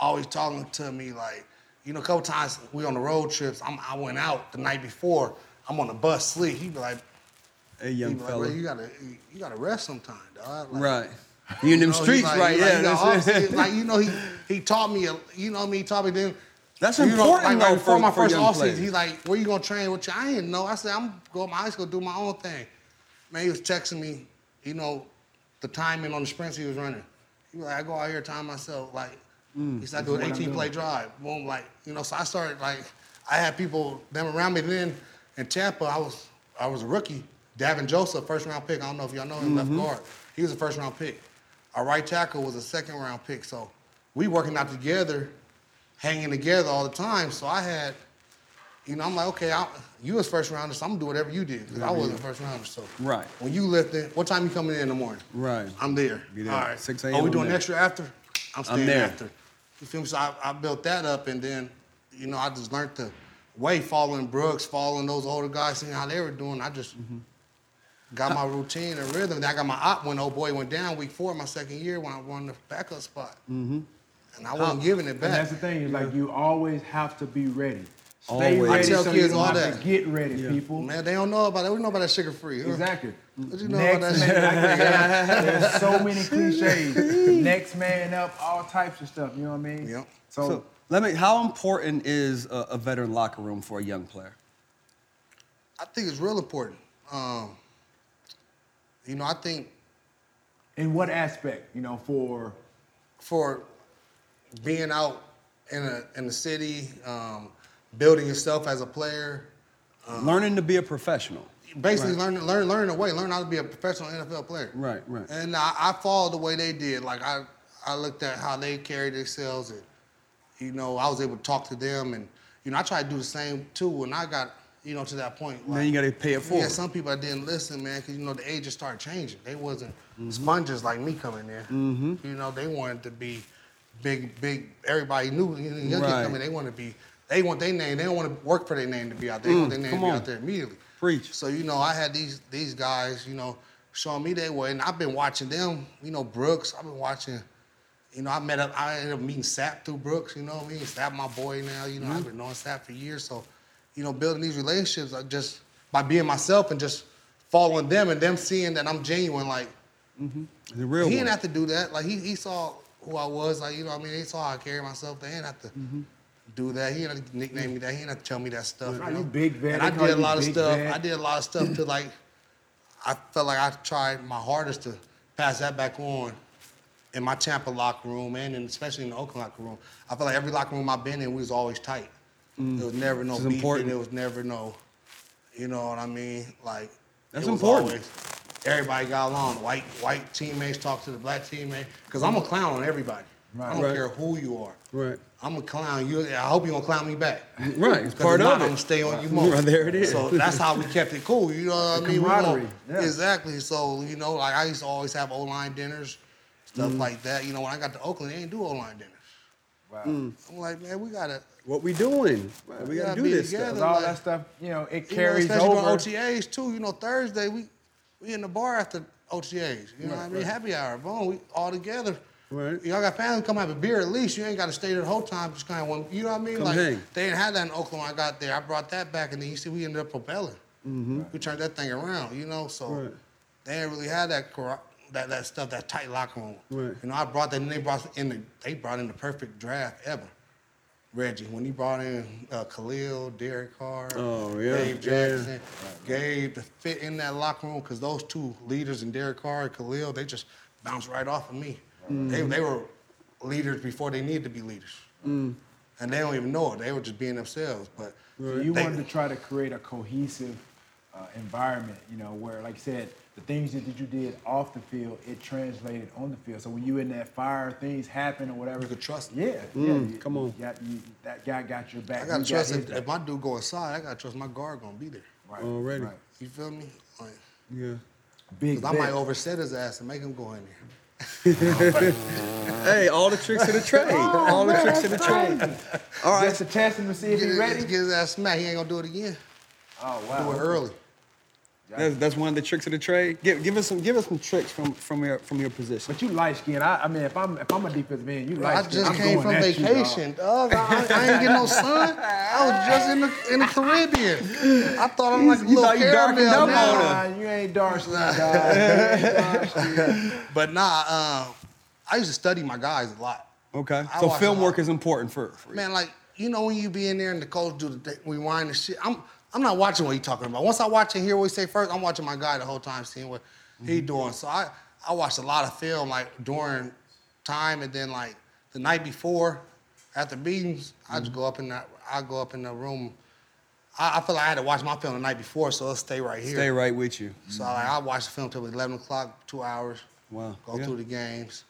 C: always talking to me like, you know, a couple times we on the road trips. I'm, I went out the night before. I'm on the bus sleep. He be like,
A: Hey,
C: he
A: young
C: be like bro,
A: fella.
C: you gotta you gotta rest sometime, dog. Like,
A: Right. You in
C: Oh, you
A: them
C: know, he
A: streets,
C: like-
A: right?
C: he like-
A: Yeah.
C: he like,
A: (laughs) That's it.
C: obviously, like, you know, he he taught me, a, you know, what I mean, he taught me then.
A: That's
C: you Know, like,
A: important,
C: right
A: though,
C: before
A: for-
C: my
A: for
C: first
A: young
C: offseason,
A: players.
C: he's like, "Where you gonna train? What you?" I didn't know. I said, "I'm going to my high school, do my own thing." Man, he was texting me, you know, the timing on the sprints he was running. He was like, "I go out here, time myself." Like, he said, "I do an 18 play drive." Boom, like, you know. So I started like, I had people them around me. Then in Tampa, I was I was a rookie. Davin Joseph, first round pick. I don't know if y'all know him, left guard. He was a first round pick. Our right tackle was a second round pick. So we working out together, hanging together all the time. So I had, you know, I'm like, okay, I, you was first rounder, so I'm gonna do whatever you did because I wasn't a first rounder. So
A: Right.
C: when you lifting, what time you coming in in the morning?
A: Right.
C: I'm there.
A: Be there.
C: All right.
A: 6
C: Are
A: a.m.
C: we
A: I'm
C: doing
A: there.
C: extra after? I'm staying
A: there.
C: after. You feel me? So I, I built that up, and then, you know, I just learned to way following Brooks, following those older guys, seeing how they were doing. I just got my routine and rhythm. Then I got my op when old boy went down week four, my second year, when I won the backup spot. And I wasn't giving it
B: And
C: back.
B: that's the thing is like you always have to be ready. Stay
A: Always.
B: ready
C: I tell
B: so
C: kids
B: you don't
C: all
B: have
C: that.
B: to get ready, people.
C: Man, they don't know about that. We know about that sugar free. huh?
B: Exactly.
C: What you know
B: Next
C: about that
B: man,
C: shit?
B: like, yeah, there's
C: (laughs)
B: so many cliches. Next man up, all types of stuff. You know what I mean?
C: Yep.
B: So,
A: So let me. How important is a, a veteran locker room for a young player?
C: I think it's real important. Um, you know, I think
B: in what aspect? You know, for
C: for being out in a in the city, um, building yourself as a player, Uh-huh.
A: Learning to be a professional.
C: basically learn learn learn a way, learn how to be a professional NFL player.
A: Right, right.
C: And I, I followed the way they did. Like I I looked at how they carried themselves, and you know I was able to talk to them, and you know I tried to do the same too when I got you know to that point.
A: Then you gotta pay it
C: Yeah,
A: forward.
C: some people I didn't listen, man, because you know the ages started changing. They wasn't sponges like me coming in.
A: Mm-hmm.
C: You know, they wanted to be big, big. Everybody knew you know, young kids
A: Right.
C: coming. They want to be. They want their name. They don't want to work for their name to be out there. They want their name
A: Mm, come
C: to be
A: on.
C: out there immediately.
A: Preach.
C: So you know, I had these these guys, you know, showing me their way, and I've been watching them. You know, Brooks. I've been watching. You know, I met up. I ended up meeting Sap through Brooks. You know, what I mean, Sap my boy now. You know, I've been knowing Sap for years. So, you know, building these relationships I just by being myself and just following them and them seeing that I'm genuine. Like
A: The real
C: he
A: one.
C: didn't have to do that. Like he, he saw who I was. Like you know, what I mean, they saw how I carried myself. They didn't have to.
B: Mm-hmm.
C: Do that. He didn't have to nickname me that. He didn't have to tell me that stuff.
B: Right, you big vet.
C: And I
B: They call
C: did a
B: you
C: lot of
B: big
C: stuff.
B: vet.
C: I did a lot of stuff to like. I felt like I tried my hardest to pass that back on in my Tampa locker room and in, especially in the Oakland locker room. I felt like every locker room I've been in, we was always tight. There was never no
A: Mm. This is
C: beef.
A: important.
C: There was never no, you know what I mean? Like
A: That's
C: it was
A: important.
C: always- everybody got along. White white teammates talk to the black teammate because I'm a clown on everybody. I don't
A: Right.
C: care who you are.
A: Right.
C: I'm a clown. You, I hope you gonna clown me back.
A: Right, it's
C: 'Cause
A: part
C: if not,
A: of it.
C: I'm gonna stay on you more.
A: Right, there it is.
C: So that's how we kept it cool. You know what I mean? We won't-
B: camaraderie, yeah.
C: Exactly. So you know, like I used to always have O line dinners,
A: Mm.
C: stuff like that. You know, when I got to Oakland, they didn't do O line dinners.
B: wow.
C: I'm like, man, we gotta
A: What we doing? Right, we
C: We
A: gotta
C: gotta
A: do
C: be
A: this
C: together.
B: 'Cause
A: stuff.
B: all
C: like-
B: that stuff, you know, it
C: you
B: carries
C: know, especially
B: over.
C: during OTAs too. You know, Thursday we we in the bar after OTAs. You know what I mean? Happy hour, boom, we all together.
A: Right.
C: Y'all got family, come have a beer at least. You ain't got to stay there the whole time. Just kind of one, you know what I mean?
A: Come
C: like
A: hang.
C: they didn't have that in Oakland. When I got there, I brought that back, and then you see we ended up propelling. We turned that thing around, you know. So
A: Mm-hmm. Right.
C: they didn't really have that corru- that that stuff, that tight locker room.
A: Right.
C: You know, I brought that, and they brought in the they brought in the perfect draft ever. Reggie, when he brought in uh, Khalil, Derek Carr,
A: Oh, yeah,
C: Gabe
A: yeah.
C: Jackson, Gabe to fit in that locker room because those two leaders and Derek Carr and Khalil, they just bounced right off of me.
B: Mm.
C: They, they were leaders before they needed to be leaders,
B: Mm.
C: and they don't even know it. They were just being themselves. But
B: So you
C: they-
B: wanted to try to create a cohesive uh, environment, you know, where, like you said, the things that you did off the field, it translated on the field. So when you in that fire, things happen or whatever.
C: You could trust
B: Yeah,
C: them.
B: yeah. you-
A: Mm, come on.
B: you got- you- that guy got your back.
C: I
B: you
C: gotta
B: got
C: trust
B: his
C: if,
B: back.
C: if my dude go inside, I gotta trust my guard gonna be there.
B: Right,
A: Already.
B: right.
C: You feel me? Like,
A: Yeah.
B: Big.
C: 'cause I might
B: vet.
C: overset his ass and make him go in there.
A: Hey, all the tricks of the trade. all the tricks of the trade.
B: (laughs)
A: All right.
B: Just to test him to see if
C: Get,
B: he's ready.
C: get his ass smacked. He ain't gonna do it again.
B: Oh
C: Do
B: wow.
C: it early.
A: That's, that's one of the tricks of the trade. Give, give us some give us some tricks from from your from your position.
B: But you light skin. I, I mean, if I'm if I'm a defensive man, you light
C: I
B: skin.
C: just
B: I'm going
C: came from
B: at you, dog.
C: vacation, dog. I, I- I ain't get no sun. I was just in the in the Caribbean. I thought I'm like a
A: You
C: little
A: thought you darkened
C: caramel
A: up on
C: now.
A: us.
B: Nah, you ain't dark
C: (laughs)
B: skin, dog. You ain't dark skin.
C: But nah, um, I used to study my guys a lot.
A: Okay.
C: I
A: So
C: watch
A: film
C: a lot.
A: work is important for, for you.
C: Man, like you know when you be in there and the coach do the th- rewind and shit. I'm I'm not watching what he talking about. Once I watch and hear what he say first, I'm watching my guy the whole time, seeing what he doing. So I I watched a lot of film like during time and then like the night before, after meetings, I just go up in that I go up in the room. I, I feel like I had to watch my film the night before, so it'll stay right here.
A: Stay right with you.
C: So like, I watch the film till 11 o'clock, two hours.
A: Wow,
C: Go
A: yeah.
C: through the games.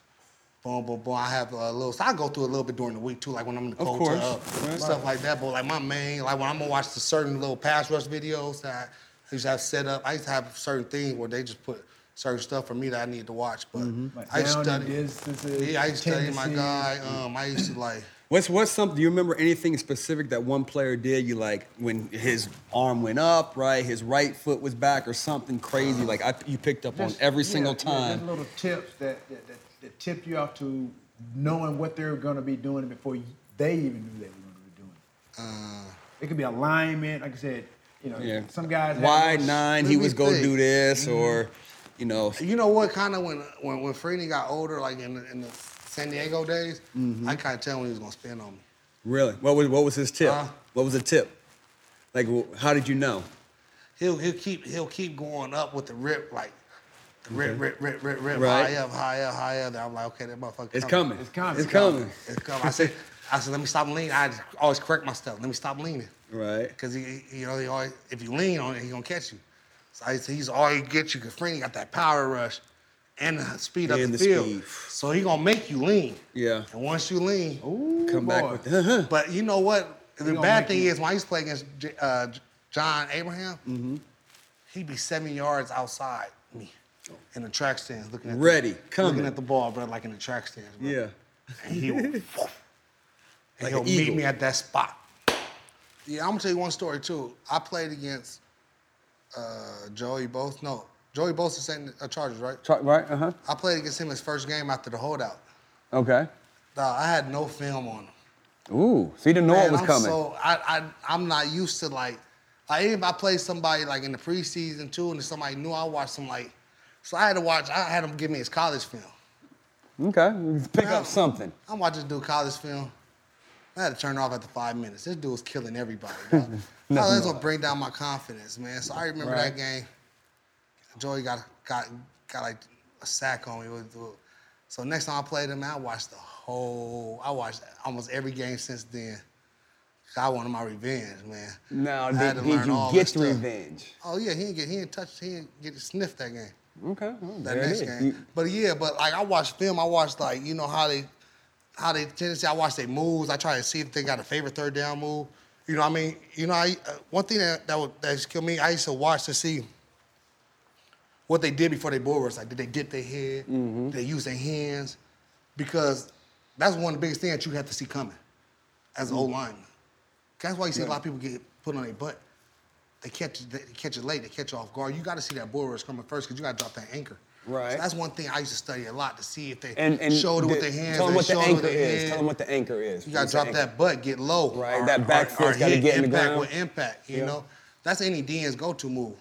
C: Boom, boom, boom. I have a little. So I go through a little bit during the week too, like when I'm in the
A: Of
C: cold
A: course,
C: tub,
A: right.
C: stuff like that. But like my main, like when I'm gonna watch the certain little pass rush videos that I used to have set up. I used to have certain things where they just put certain stuff for me that I need to watch. But
A: Mm-hmm.
B: Like
C: I
B: down in
C: studied.
B: distances.
C: Yeah, I studied my
B: tendencies.
C: guy. Um, I used to like.
A: What's what's something? Do you remember anything specific that one player did? You like when his arm went up, right? His right foot was back, or something crazy. Like I, you picked up on
B: Just-
A: every
B: yeah,
A: single
B: yeah,
A: time.
B: just little tips that that, that that tip you off to knowing what they're going to be doing before you, they even knew they were going to be doing. it could be alignment, like I said. You know,
A: Uh, Yeah.
B: some guys have
A: wide
B: those-
A: nine,
C: Let
A: he
C: me
A: was go
C: think. Mm-hmm.
A: do this, or you know,
C: You know what? Kind of when when when Freeney got older, like in the, in the San Diego days,
A: Mm-hmm.
C: I kind of tell when he was gonna spin on me.
A: really. What was what was his tip?
C: Uh.
A: what was the tip? Like, wh- how did you know?
C: He'll he'll keep he'll keep going up with the rip like. the Rip, rip, rip, rip, rip,
A: Right.
C: high up, high up, high up. And I'm like, okay, that motherfucker.
A: It's coming.
B: It's coming.
A: It's coming.
C: It's coming. I said, I said, let me stop leaning. I just always correct myself. Let me stop leaning.
A: Right.
C: Cause he, he- you know, he always, if you lean on it, he gonna catch you. So I, so he's all he get you. Cause Freeney got that power rush, and the speed up
A: And
C: the,
A: the
C: field.
A: speed.
C: So he gonna make you lean.
A: Yeah.
C: And once you lean,
A: Come back (laughs)
B: boy.
A: with the
C: but you know what? The
B: gonna
C: bad
B: make
C: thing
B: you-
C: is when I used to play against J- uh, J- John Abraham,
A: Mm-hmm.
C: he'd be seven yards outside me in the track stands, looking at
A: Ready,
C: the,
A: coming.
C: looking at the ball, bro, like in the track stands. Bro.
A: yeah.
C: and
A: (laughs)
C: he will, and
A: Like
C: he'll
A: an
C: meet
A: eagle.
C: me at that spot. Yeah, I'm gonna tell you one story too. I played against uh, Joey Both. No, Joey Both is in the uh, Chargers, right?
A: Right. Uh huh.
C: I played against him his first game after the holdout.
A: Okay.
C: Dog, I had no film on him.
A: Ooh. So you didn't know
C: Man, I'm So I, I, I'm not used to like, like even if I play somebody like in the preseason too, and if somebody knew I watched them like, so I had to watch. I had him give me his college film.
A: okay. Pick
C: Man,
A: up something.
C: I'm watching this dude college film. I had to turn it off after five minutes. This dude was killing everybody.
A: (laughs)
C: dog. no, that's gonna bring down my confidence, man. So I remember that game. Joey got got got like a sack on me. It was- So next time I played him, I watched the whole. I watched almost every game since then. I wanted my revenge, man.
A: Now,
C: I had
A: did,
C: to
A: did
C: learn
A: you
C: all
A: get
C: this stuff.
A: revenge?
C: Oh yeah, he didn't get he didn't touch he didn't get sniffed that game.
A: Okay. well,
C: that
A: there it
C: next
A: is.
C: game.
A: You-
C: But yeah, but like I watched film, I watched like you know how they, how they tendency. I watched their moves. I try to see if they got a favorite third down move. You know what I mean? You know, I uh, one thing that that would that used to kill me. I used to watch to see what they did before they bull rush. Like did they dip their head?
A: Mm-hmm.
C: Did they use their hands? Because that's one of the biggest things that you have to see coming
A: Mm.
C: as an old lineman. That's why you see a lot of people get put on their butt. They catch they catch it late. They catch you off guard. You got to see that bull rush coming first because you got to drop that anchor.
A: Right.
C: So that's one thing I used to study a lot to see if they
A: And, and
C: showed it
A: the-
C: with their hands.
A: Tell them
C: they
A: what the
C: showed it
A: anchor
C: with their
A: is.
C: head.
A: Tell them what the anchor is.
C: You got
A: What's
C: to
A: the
C: drop
A: anchor?
C: that butt, get low.
A: Right, that back foot's gotta
C: hit
A: get in the
C: impact
A: ground.
C: with impact. You
A: Yeah.
C: know, that's any DN's go-to move.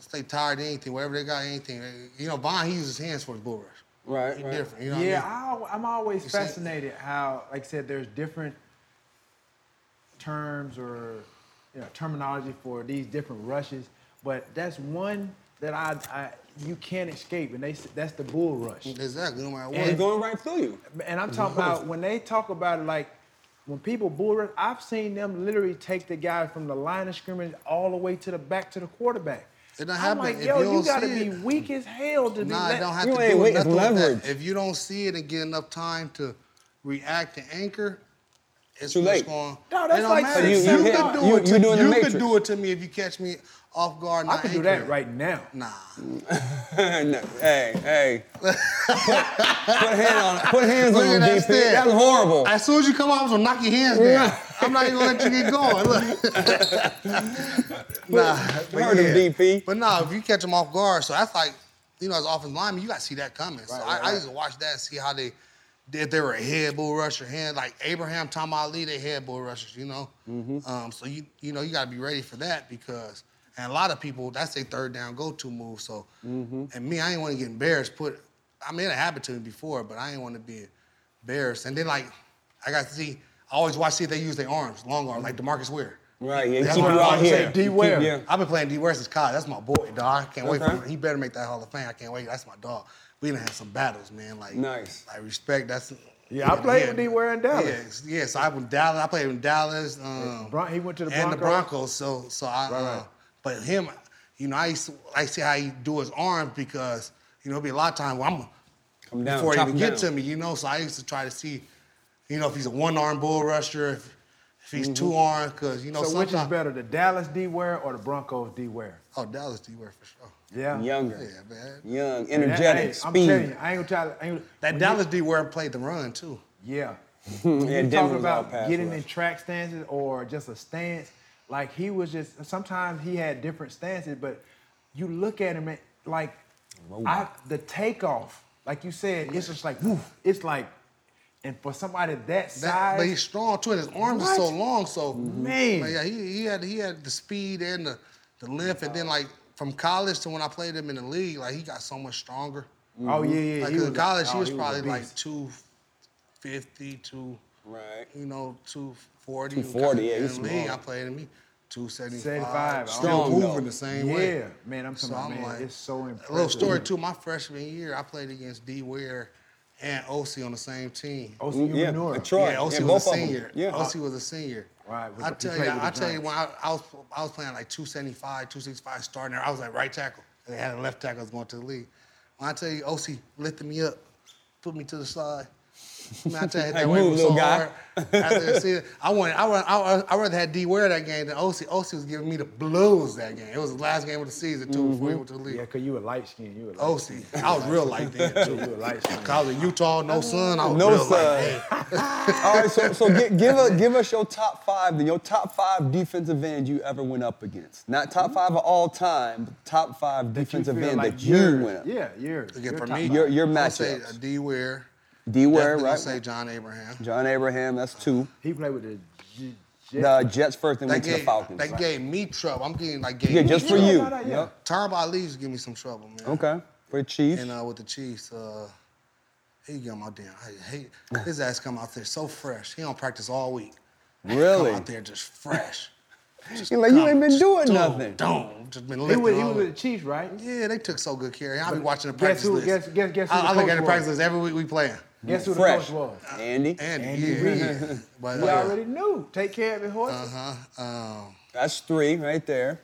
C: Stay tired of anything, whatever they got, anything. You know, Bond he uses his hands for his bull rush.
A: Right,
C: He
A: right.
C: different. You know what I
B: yeah,
C: mean?
B: I al- I'm always
C: see?
B: fascinated how, like I said, there's different terms or you know, terminology for these different rushes, but that's one that I, I you can't escape, and they s- that's the bull rush.
C: Exactly. No matter what.
A: It's going right through you. (laughs)
B: And I'm talking about when they talk about it, like when people bull rush, I've seen them literally take the guy from the line of scrimmage all the way to the back to the quarterback.
C: It don't
B: I'm
C: happen
B: like,
C: if
B: yo,
C: you
B: you,
C: don't
B: gotta
C: see
B: be
C: it.
B: weak as hell to be.
C: Nah,
B: let-
C: it don't have
A: you
C: to
A: ain't
C: do
A: wait,
C: with
A: it's
C: nothing with
A: leverage.
C: that. If you don't see it and get enough time to react and anchor, it's
A: Too
C: just
A: late.
C: Going,
B: No, that's
C: it don't
B: like
C: matter.
B: six, seven
C: could
B: yards.
C: do
A: You-
C: it to-
A: you doing the
C: you could
A: matrix.
C: do it to me if you catch me off guard.
B: I
C: not
B: could do
C: anchoring.
B: that right now.
C: Nah,
A: No, hey,
C: (laughs)
A: hey. put, put hand on, put hands
C: Look
A: on
C: at
A: him,
C: that
A: DP.
C: stare.
A: That was horrible.
C: As soon as you come out, I'm gonna knock your hands down. I'm not even gonna let you get going.
A: (laughs)
C: Look. nah, but
A: Heard him, DP.
C: But nah, if you catch them off guard, so that's like, you know, as offensive lineman, you gotta see that coming. so I, I used to watch that, see how they, if they were a head bull rusher, hand like Abraham, Tom Ali, they head bull rushers, you know. Um, so you, you know, you gotta be ready for that because. And a lot of people, that's their third down go-to move. So, and me, I ain't want to get embarrassed. Put, I mean, it happened to me before, but I ain't want to be embarrassed. And then like, I got to see. I always watch see if they use their arms, long arm, like Demarcus Ware.
A: Right, yeah,
C: That's
A: keep
C: what
A: you
C: I
A: out
C: always
A: here.
C: say,
A: You
B: D.
A: keep-
B: Ware.
A: Yeah.
C: I've been playing D. Ware since college. That's my boy, dog. I can't wait
A: Okay.
C: for him. He better make that Hall of Fame. I can't wait. That's my dog. We done had some battles, man. Like
A: Nice.
C: Like respect. That's
B: Yeah, I played with D. Ware in Dallas.
C: Yeah, yeah. So I was in Dallas. I played in Dallas. Um,
B: Bron- he went to the
C: and the
B: Broncos.
C: Broncos. So so I.
B: Right,
C: uh,
B: right.
C: but him, you know, I used to, I see how he do his arms because you know it'd be a lot of time where I'm
A: Come down,
C: before he
A: chop
C: even
A: him
C: get
A: down.
C: to me, you know. So I used to try to see, you know, if he's a one arm bull rusher, if, If he's too armed, because you know
B: Mm-hmm. so which is
C: sometimes-
B: better, the Dallas D Ware or the Broncos D Ware?
C: Oh, Dallas D Ware for sure.
B: Yeah.
A: Younger.
C: Yeah, man.
A: Young,
B: That-
A: energetic,
B: hey, I'm
A: speed.
B: telling you, I ain't gonna tell you. I ain't gonna-
C: That
B: when
C: Dallas D Ware played the run too.
B: You, yeah.
A: yeah,
B: You're
A: Denver
B: talking
A: was all
B: about
A: pass
B: getting
A: rush.
B: in track stances or just a stance. Like he was just sometimes he had different stances, but you look at him at, like I, the takeoff, like you said, it's just like woof. It's like, and for somebody that
C: That,
B: size,
C: but he's strong too, and his arms are so
B: What?
C: long. So
B: Man.
C: but yeah, he, he had he had the speed and the the lift, and then like from college to when I played him in the league, like he got so much stronger.
B: oh yeah, yeah,
C: Like
B: he was
C: in
B: a-
C: college, he
B: oh,
C: was
B: a
C: probably like
B: beast.
C: 250, two,
A: Right.
C: you know, 240.
A: 240, yeah,
C: In
A: he's
C: the league,
A: small.
C: I played him, he 275.
B: 75,
C: Still
A: strong,
C: moving
A: though.
C: the same
B: yeah,
C: way.
B: man, I'm talking
C: So
B: about
C: I'm
B: man,
C: like-
B: it's so impressive.
C: A little story too. My freshman year, I played against D. Ware and OC on the same team.
B: OCU
A: Yeah,
B: manure.
A: and Troy.
C: Yeah, OC
A: Yeah,
C: was a
A: both of 'em.
C: senior.
A: Yeah.
C: OC was a senior.
B: Right, with
C: I
B: the- he
C: tell you,
B: played with the
C: I tell you,
B: Giants.
C: when I, I was I was playing like 275, 265 starting there. I was like right tackle. And they had a left tackle that was going to the league. When I tell you, OC lifted me up, put me to the side. Man, I
A: (laughs)
C: tell you, that
A: Hey,
C: wave
A: move,
C: was
A: little
C: so
A: guy.
C: hard. After I see it, I wanted, I, wanted, I, I, I rather had D Ware that game than OC. OC was giving me the blues that game. It was the last game of the season too before
A: Mm-hmm.
C: he went to the league.
B: Yeah, cause you were light skinned. You were light
C: OC. I was real like that
B: (laughs)
C: too.
B: You were light skinned.
C: I was in Utah, no sun. I was
A: No
C: real
A: sun.
C: like that.
A: (laughs) All right, so, so gi- give, us, give us your top five, then your top five defensive ends you ever went up against. Not top five of all time, but top five defensive
B: Mm-hmm. feel
A: ends
B: like
A: that you
B: yours-
A: went up.
B: Yeah, yours.
C: Again,
B: Your
C: for
B: top
C: me,
B: five.
A: Your- your
C: I would say
A: matchups.
C: uh, D Ware.
A: D Ware,
C: Definitely
A: right?
C: Say John Abraham.
A: John Abraham, that's two.
B: He played with the J- Jets.
A: The Jets first and
C: They
A: went to the
C: gave,
A: Falcons.
C: they gave me trouble. I'm getting like gave
A: yeah,
C: me
A: just for
C: trouble.
A: you.
B: no, no, yeah.
A: Yep.
C: Tom Ali's give me some trouble, man.
A: Okay. For the Chiefs.
C: And uh, with the Chiefs, uh, he got my damn. I hate his ass come out there so fresh. He don't practice all week. Come
A: really?
C: out there just fresh.
A: He (laughs) like, you ain't been
C: Just
A: doing
C: don't-
A: nothing.
C: Don't just been
B: He
C: lifting.
B: was, he
C: all
B: was with
C: week.
B: the Chiefs, right?
C: yeah, they took so good care. I'll be
B: But
C: watching the
B: guess
C: practice
B: who-
C: list.
B: guess- guess- guess who
C: I,
B: the
C: I look
B: coach
C: at the
B: was?
C: practice list every week we playing.
B: Guess who the
A: Fresh.
B: coach was?
A: Andy.
C: And,
B: Andy
C: yeah,
B: Reid.
C: (laughs) but
B: We
C: uh,
B: already knew. Take care of your horses.
C: uh-huh, um,
A: (laughs) That's three right there.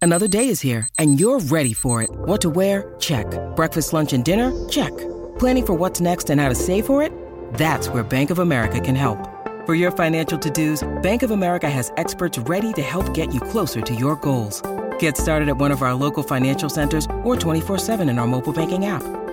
E: Another day is here, and you're ready for it. What to wear? Check. Breakfast, lunch, and dinner? Check. Planning for what's next and how to save for it? That's where Bank of America can help. For your financial to dos, Bank of America has experts ready to help get you closer to your goals. Get started at one of our local financial centers or 24-7 in our mobile banking app.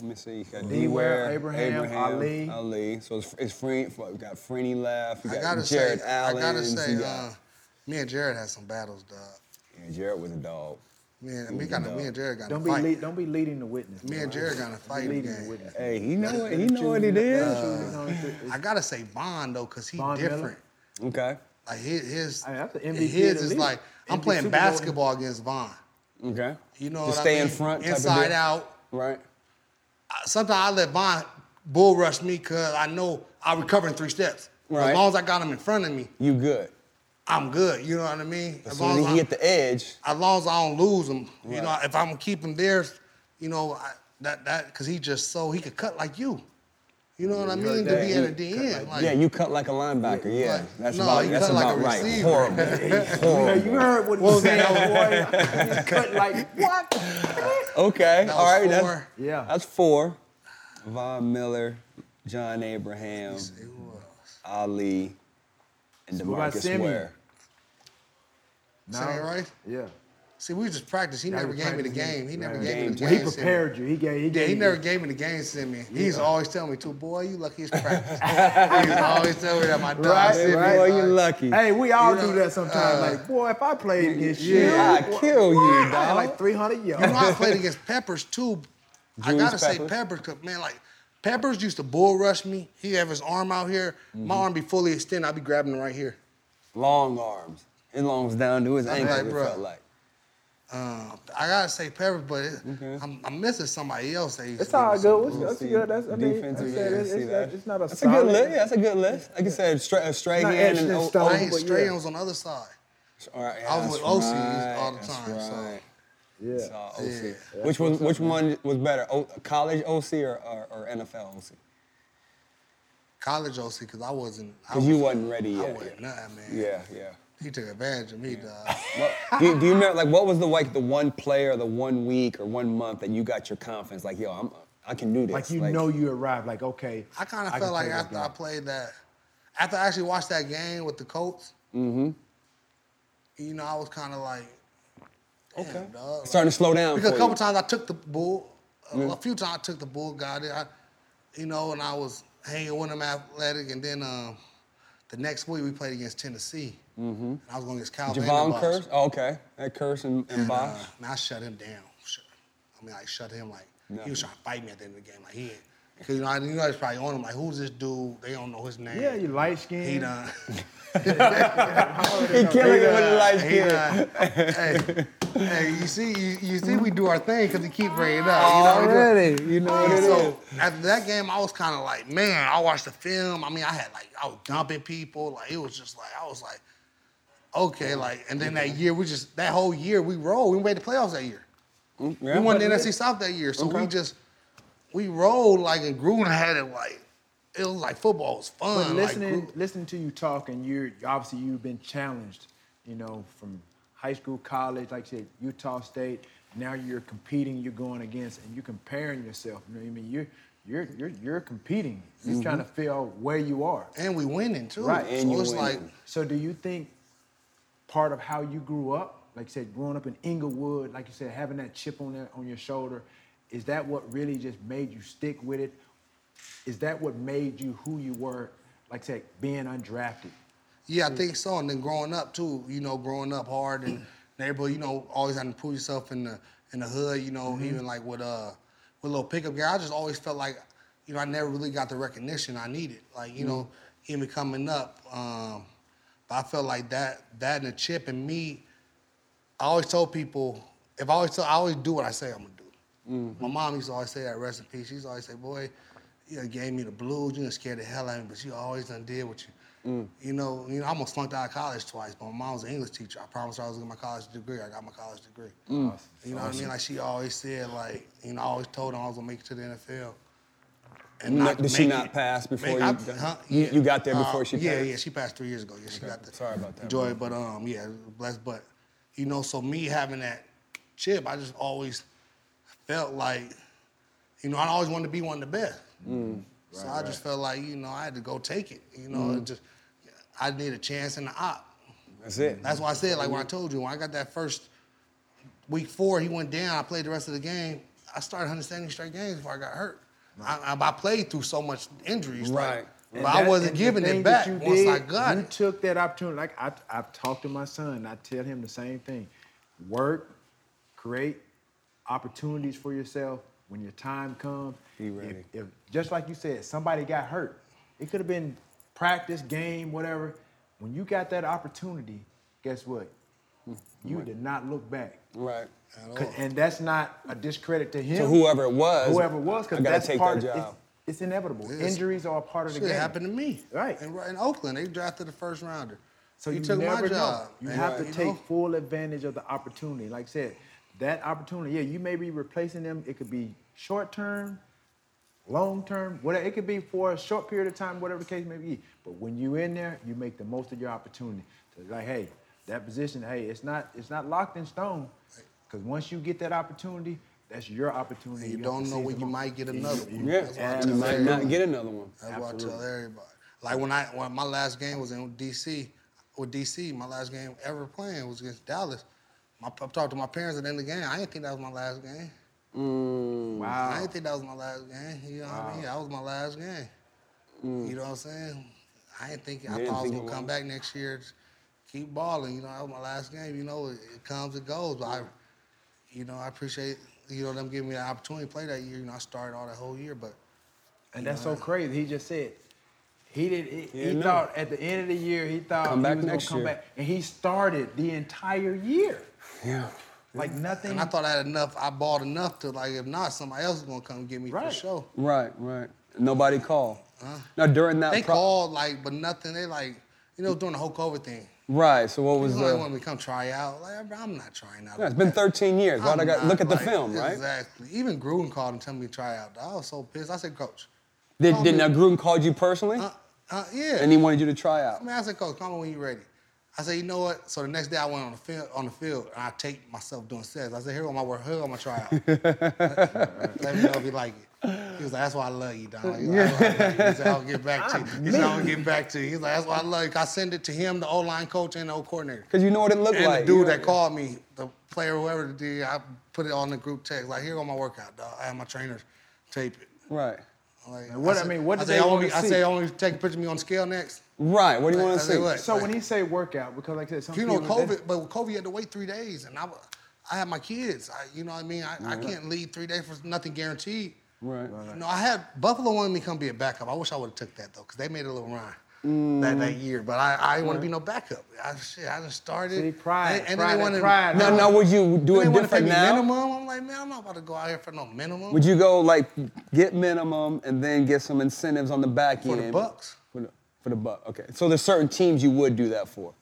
A: Let me see. You got D
B: D-Ware,
A: Ware,
B: Abraham, Ali.
A: Ali. So it's, it's Freen, we got Freeney left. We
C: I
A: got
C: gotta
A: Jared
C: say,
A: Allen.
C: I gotta
A: you
C: say,
A: got-
C: uh, me and Jared had some battles, dog.
A: yeah, Jared was a dog.
C: Me and me, got, me and Jared got in
B: Don't
C: a
B: be
C: fight.
B: lead, don't be leading the witness.
C: me and
B: bro.
C: Jared got in a
B: Don't be
C: fight
B: leading the
C: again.
B: witness.
A: Hey, he know it. He know what it
C: Uh,
A: is.
C: I gotta say Bond though, cause he
B: Von Miller?
C: different.
A: Okay.
C: Like his, his,
B: Hey, that's the MVP of
C: his
B: the
C: is
B: league.
C: like I'm
B: MVP
C: playing
B: Super Bowl.
C: basketball against Bond.
A: Okay.
C: You know
A: Just
C: what
A: stay
C: I mean?
A: in front. type of
C: inside
A: deal.
C: out.
A: Right.
C: I- Sometimes I let Bond bull rush me, cause I know I recover in three steps.
A: Right.
C: As long as I got him in front of me,
A: You good.
C: I'm good. You know what I mean?
A: As
C: As
A: soon as
C: long as
A: he
C: I'm-
A: hit the edge,
C: as long as I don't lose him, you know,
A: Right.
C: if I'm gonna keep him there, you know, I, that that because he just so he could cut like you, you know what I mean? To
A: that.
C: be
A: He
C: at a DN, like,
A: yeah, you cut like a linebacker. Yeah,
C: like,
A: that's
C: no,
A: about
C: you
A: that's
C: cut like a
A: about right.
C: receiver. (laughs)
A: Horrible.
B: Hey, you
A: Horrible.
B: heard what,
C: What
B: he
C: was
B: said,
C: that?
B: boy. He cut like what?
A: Okay.
C: That
A: All
C: was
A: right. That's,
C: four.
B: Yeah.
A: That's four. Von Miller, John Abraham, Ali, and
B: what about
A: Demarcus
B: Simeon?
A: Ware.
B: No.
C: Saying right?
B: Yeah.
C: See, we just practiced. He
B: That
C: never
B: was
C: gave me the
B: practice.
C: game. He never
B: Right.
C: gave me
A: Game
C: the game.
B: Well, he
A: James
C: Simeon.
B: prepared you. He gave. He
C: Yeah,
B: gave
C: he
B: you-
C: never gave me the game, Simeon. He used to always tell me, too, boy, you lucky it's practice. he used to always tell me that my dog
B: Right,
C: Simeon.
B: right.
A: Boy,
C: like,
A: you lucky.
B: Hey, we all
C: You
B: do
C: know, uh,
B: that sometimes. like, boy, if I played against you,
A: Yeah, I
B: boy,
A: kill you,
B: I had
A: dog.
B: like 300 yards.
C: You know,
A: (laughs)
C: I played against Peppers too. I
A: Julius
C: gotta say
A: Peppers?
C: Peppers, cause man, like Peppers used to bull rush me.
A: Mm-hmm.
C: He have his arm out here. My arm be fully extended. I'd be grabbing him right here.
A: Long arms. His long was down to his
C: I'm
A: ankle,
C: like,
A: it
C: bruh.
A: felt like.
C: Um, I gotta say Pepper, but it, I'm, I'm missing somebody else. That used
B: It's
C: to be
B: all
C: with
B: good.
C: some-
B: It's, that's good. That's, I mean,
A: Defensive,
B: I
A: yeah,
B: said,
A: I
B: it's,
A: see
B: it's,
A: that.
B: it's not a
A: That's a
B: solid.
A: good list. That's a good list. Like you said, straight, a straight
B: Not
A: hand
B: etched
A: and
B: in
A: o-
B: stone,
A: o-
C: I ain't
B: but
C: straight
B: yeah.
C: was on the other side.
A: All right,
C: I was
A: that's
C: with OCs all the
A: right,
C: time,
A: that's
C: so-
A: right.
B: Yeah.
A: It's all OC. Which one? Which one was better? O, college OC or, or, or NFL OC?
C: College OC, because I wasn't. I
A: Because you
C: was-
A: wasn't ready
C: I
A: yet.
C: wasn't nothing, man.
A: Yeah, yeah.
C: He took advantage of me, dog.
A: (laughs) What, do, you, do you remember like what was the like the one player, the one week or one month that you got your confidence? Like yo, I'm I can do this.
B: Like you know you arrived. Like okay.
C: I kind of
B: can
C: felt like
B: play this
C: after I
B: game.
C: played that, after I actually watched that game with the Colts, you know, I was kind of like, okay, dog.
A: starting to slow down.
C: Because
A: for
C: a
A: you.
C: couple times I took the bull, a- a few times I took the bull, got it, I, you know, and I was hanging with them athletic, and then um, the next week we played against Tennessee, and I was going against Cal
A: Javon
C: Vanderbosch.
A: Curse. Oh, okay, that Curse and, and
C: And,
A: Bosch.
C: uh, man, I shut him down. Shut- I mean, I shut him like he was trying to fight me at the end of the game. Like he, ain't- cause you know, I, you know, he's probably on him. Like who's this dude? They don't know his name.
B: Yeah, you light
C: He
B: skinned. (laughs)
C: done.
A: He killing it with the light
C: He
A: skin.
C: done. hey, hey, you see, you, you see, we do our thing because he keep bringing it up. You know, we do-
A: Already, you know what it is.
C: And so after that game, I was kind of like, man, I watched the film. I mean, I had like, I was dumping people. Like, it was just like, I was like, okay, like, and then that year, we just, that whole year, we rolled. We made the playoffs that year.
A: Mm, yeah.
C: we won the NFC South that year. So we just, we rolled like, and grew and had it like, it was like football was fun.
B: But
C: like,
B: listening,
C: grew-
B: listening to you talk, and you're obviously you've been challenged, you know, from high school, college, like you said, Utah State. Now you're competing, you're going against, and you're comparing yourself. You know what I mean? You're you're you're, you're competing. You're trying to figure out where you are.
C: and we winning too.
B: Right,
A: and
C: so
A: you
C: it's
A: winning.
C: like,
B: So do you think part of how you grew up, like you said, growing up in Inglewood, like you said, having that chip on there on your shoulder, is that what really just made you stick with it? Is that what made you who you were, like I said, being undrafted?
C: Yeah, I think so. And then growing up too, you know, growing up hard and (clears throat) neighborhood, you know, always having to prove yourself in the in the hood, you know, even like with uh with little pickup gear. I just always felt like, you know, I never really got the recognition I needed. Like, you know, even coming up, um, but I felt like that that and the chip and me, I always told people, if I always tell, I always do what I say I'm gonna do.
A: Mm-hmm.
C: My mom used to always say that recipe. She used to always say, "Boy, you done gave me the blues. You done scared the hell out of me, but you always done did what you."
A: Mm.
C: You know, you know, I almost flunked out of college twice, but my mom was an English teacher. I promised her I was gonna get my college degree. I got my college degree.
A: Mm.
C: You know what I mean? Like she always said, like you know, I always told her I was gonna make it to the NFL. And
A: No, did she
C: make
A: not pass before you
C: I- Uh,
A: done- you- you got there before she
C: Yeah,
A: passed?
C: yeah, she passed three years ago. Yeah, she got the
A: Sorry about that,
C: Joy, but um, yeah, blessed. But you know, so me having that chip, I just always felt like, you know, I always wanted to be one of the best.
A: Mm.
C: so I just felt like, you know, I had to go take it. You know, it just I need a chance in the op.
A: That's it.
C: That's why I said, like when I told you, when I got that first week four, he went down. I played the rest of the game. I started 170 straight games before I got hurt. I, I, I played through so much injuries, like,
A: Right.
C: but
B: And
C: I
B: that-
C: wasn't
B: and the
C: giving it
B: thing
C: back
B: that
C: once I got
B: you
C: it.
B: took that opportunity. Like I, I've talked to my son, and I tell him the same thing: work, create opportunities for yourself. When your time comes,
A: Be
B: if-
A: ready.
B: If, just like you said, somebody got hurt, it could have been practice, game, whatever. When you got that opportunity, guess what?
C: Hmm.
B: You did not look back.
A: Right.
B: 'Cause- And that's not a discredit to him.
A: To whoever it was,
B: Whoever it was,
A: I
B: because
A: gotta
B: that's
A: take
B: part
A: their
B: of
A: job.
B: It's, it's inevitable.
C: Yes.
B: Injuries are a part of the
C: Shit
B: game.
C: happened to me,
B: Right.
C: In, in Oakland, they drafted the first rounder.
B: So
C: He
B: you,
C: took
B: never
C: my job.
B: know. You
C: and, uh,
B: have to
C: know,
B: take full advantage of the opportunity. Like I said, that opportunity, yeah, you may be replacing them. It could be short term, long term, whatever. It could be for a short period of time, whatever the case may be. But when you in there, you make the most of your opportunity. So it's like, hey, that position, hey, it's not it's not locked in stone. Because once you get that opportunity, that's your opportunity.
C: You
B: have
C: don't
B: to
C: know
B: seize
C: when
B: the
C: you
B: moment.
C: might get another one.
A: Yeah,
C: That's why I
A: and
C: tell
A: you might
C: everybody.
A: not get another one.
C: That's what I tell everybody. Like when I when my last game was in DC, with DC, my last game ever playing was against Dallas. My, I talked to my parents at the end of the game. I didn't think that was my last game.
A: Mm.
C: I
B: Wow.
C: didn't think that was my last game. You know what I mean? That was my last game. You know what I'm saying? I didn't think I
A: Mm. didn't
C: thought I was
A: think
C: gonna
A: it
C: come
A: was.
C: back next year, just keep balling. You know, that was my last game. You know, it, it comes and goes. But I, you know, I appreciate you know them giving me the opportunity to play that year. You know, I started all that whole year, but
B: And that's so crazy. He just said, He did. He,
A: Yeah,
B: he
A: no.
B: thought at the end of the year he thought
A: Come
B: he
A: back
B: was
A: next
B: gonna come
A: year.
B: back, and he started the entire year
A: Yeah.
B: like nothing.
C: And I thought I had enough. I bought enough to like, if not, somebody else is gonna come get me for
B: Right.
C: sure.
A: Right, right. Nobody called. now during that
C: They
A: pro-
C: called like, but nothing. They like, you know, doing the whole COVID thing.
A: Right. So what was
C: People like
A: the?
C: want me to come try out. Like, bro, I'm not trying out.
A: Yeah, it's been 13 years. Why would I got look at the film, right?
C: Exactly. Even Gruden called and told me to try out. I was so pissed. I said, Coach.
A: Did
C: call
A: did
C: me-
A: now Gruden called you personally,
C: Uh, uh, yeah.
A: and he wanted you to try out?
C: I mean, I said, Coach, call me when you're ready. I said, you know what? So the next day I went on the field, on the field, and I taped myself doing sets. I said, here on my work, here on my tryout.
A: (laughs)
C: Let me know if you like it. He was like, that's why I love you, Don. He was like, "That's why I love you." He said, I'll get back to you. He said, I'll get back to you. He's like, that's why I love you. I send it to him, the O-line coach, and the O coordinator.
A: Because you know what it looked
C: And
A: like.
C: the dude
A: You-
C: that called me, the player, whoever the did, I put it on the group text. Like, here on my workout, dog. I had my trainers tape it.
A: Right.
C: Like,
B: And what- I
C: said-
B: mean, what
C: I
B: did
C: say,
B: they
C: "I
B: wanna
C: me- I
B: see?
C: say, I want me to take a picture of me on the scale next.
A: Right. What do you
C: Like,
A: want
C: I
A: to
C: say,
A: see?
C: what?
B: so when
C: Like-
B: he say workout, because like I said, some
C: You know,
B: people, that-
C: COVID, but with COVID, you had to wait three days, and I, wa- I had my kids. I, you know what I mean? I, I can't leave three days for nothing guaranteed.
A: Right.
C: No, I had Buffalo wanted me to come be a backup. I wish I would have took that though, because they made a little run that,
A: Mm.
C: that year. But I, I didn't want to be no backup. I, shit, I just started.
B: See, pride,
C: and, and
B: pride,
C: then they wanted,
B: pride.
A: Now, now would you do
C: then they
A: it
C: wanted to pay
A: different
C: me
A: now?
C: Minimum. I'm like, man, I'm not about to go out here for no minimum.
A: Would you go like get minimum and then get some incentives on the back
C: For
A: end?
C: the Bucks.
A: For the, for the buck. Okay. So there's certain teams you would do that for.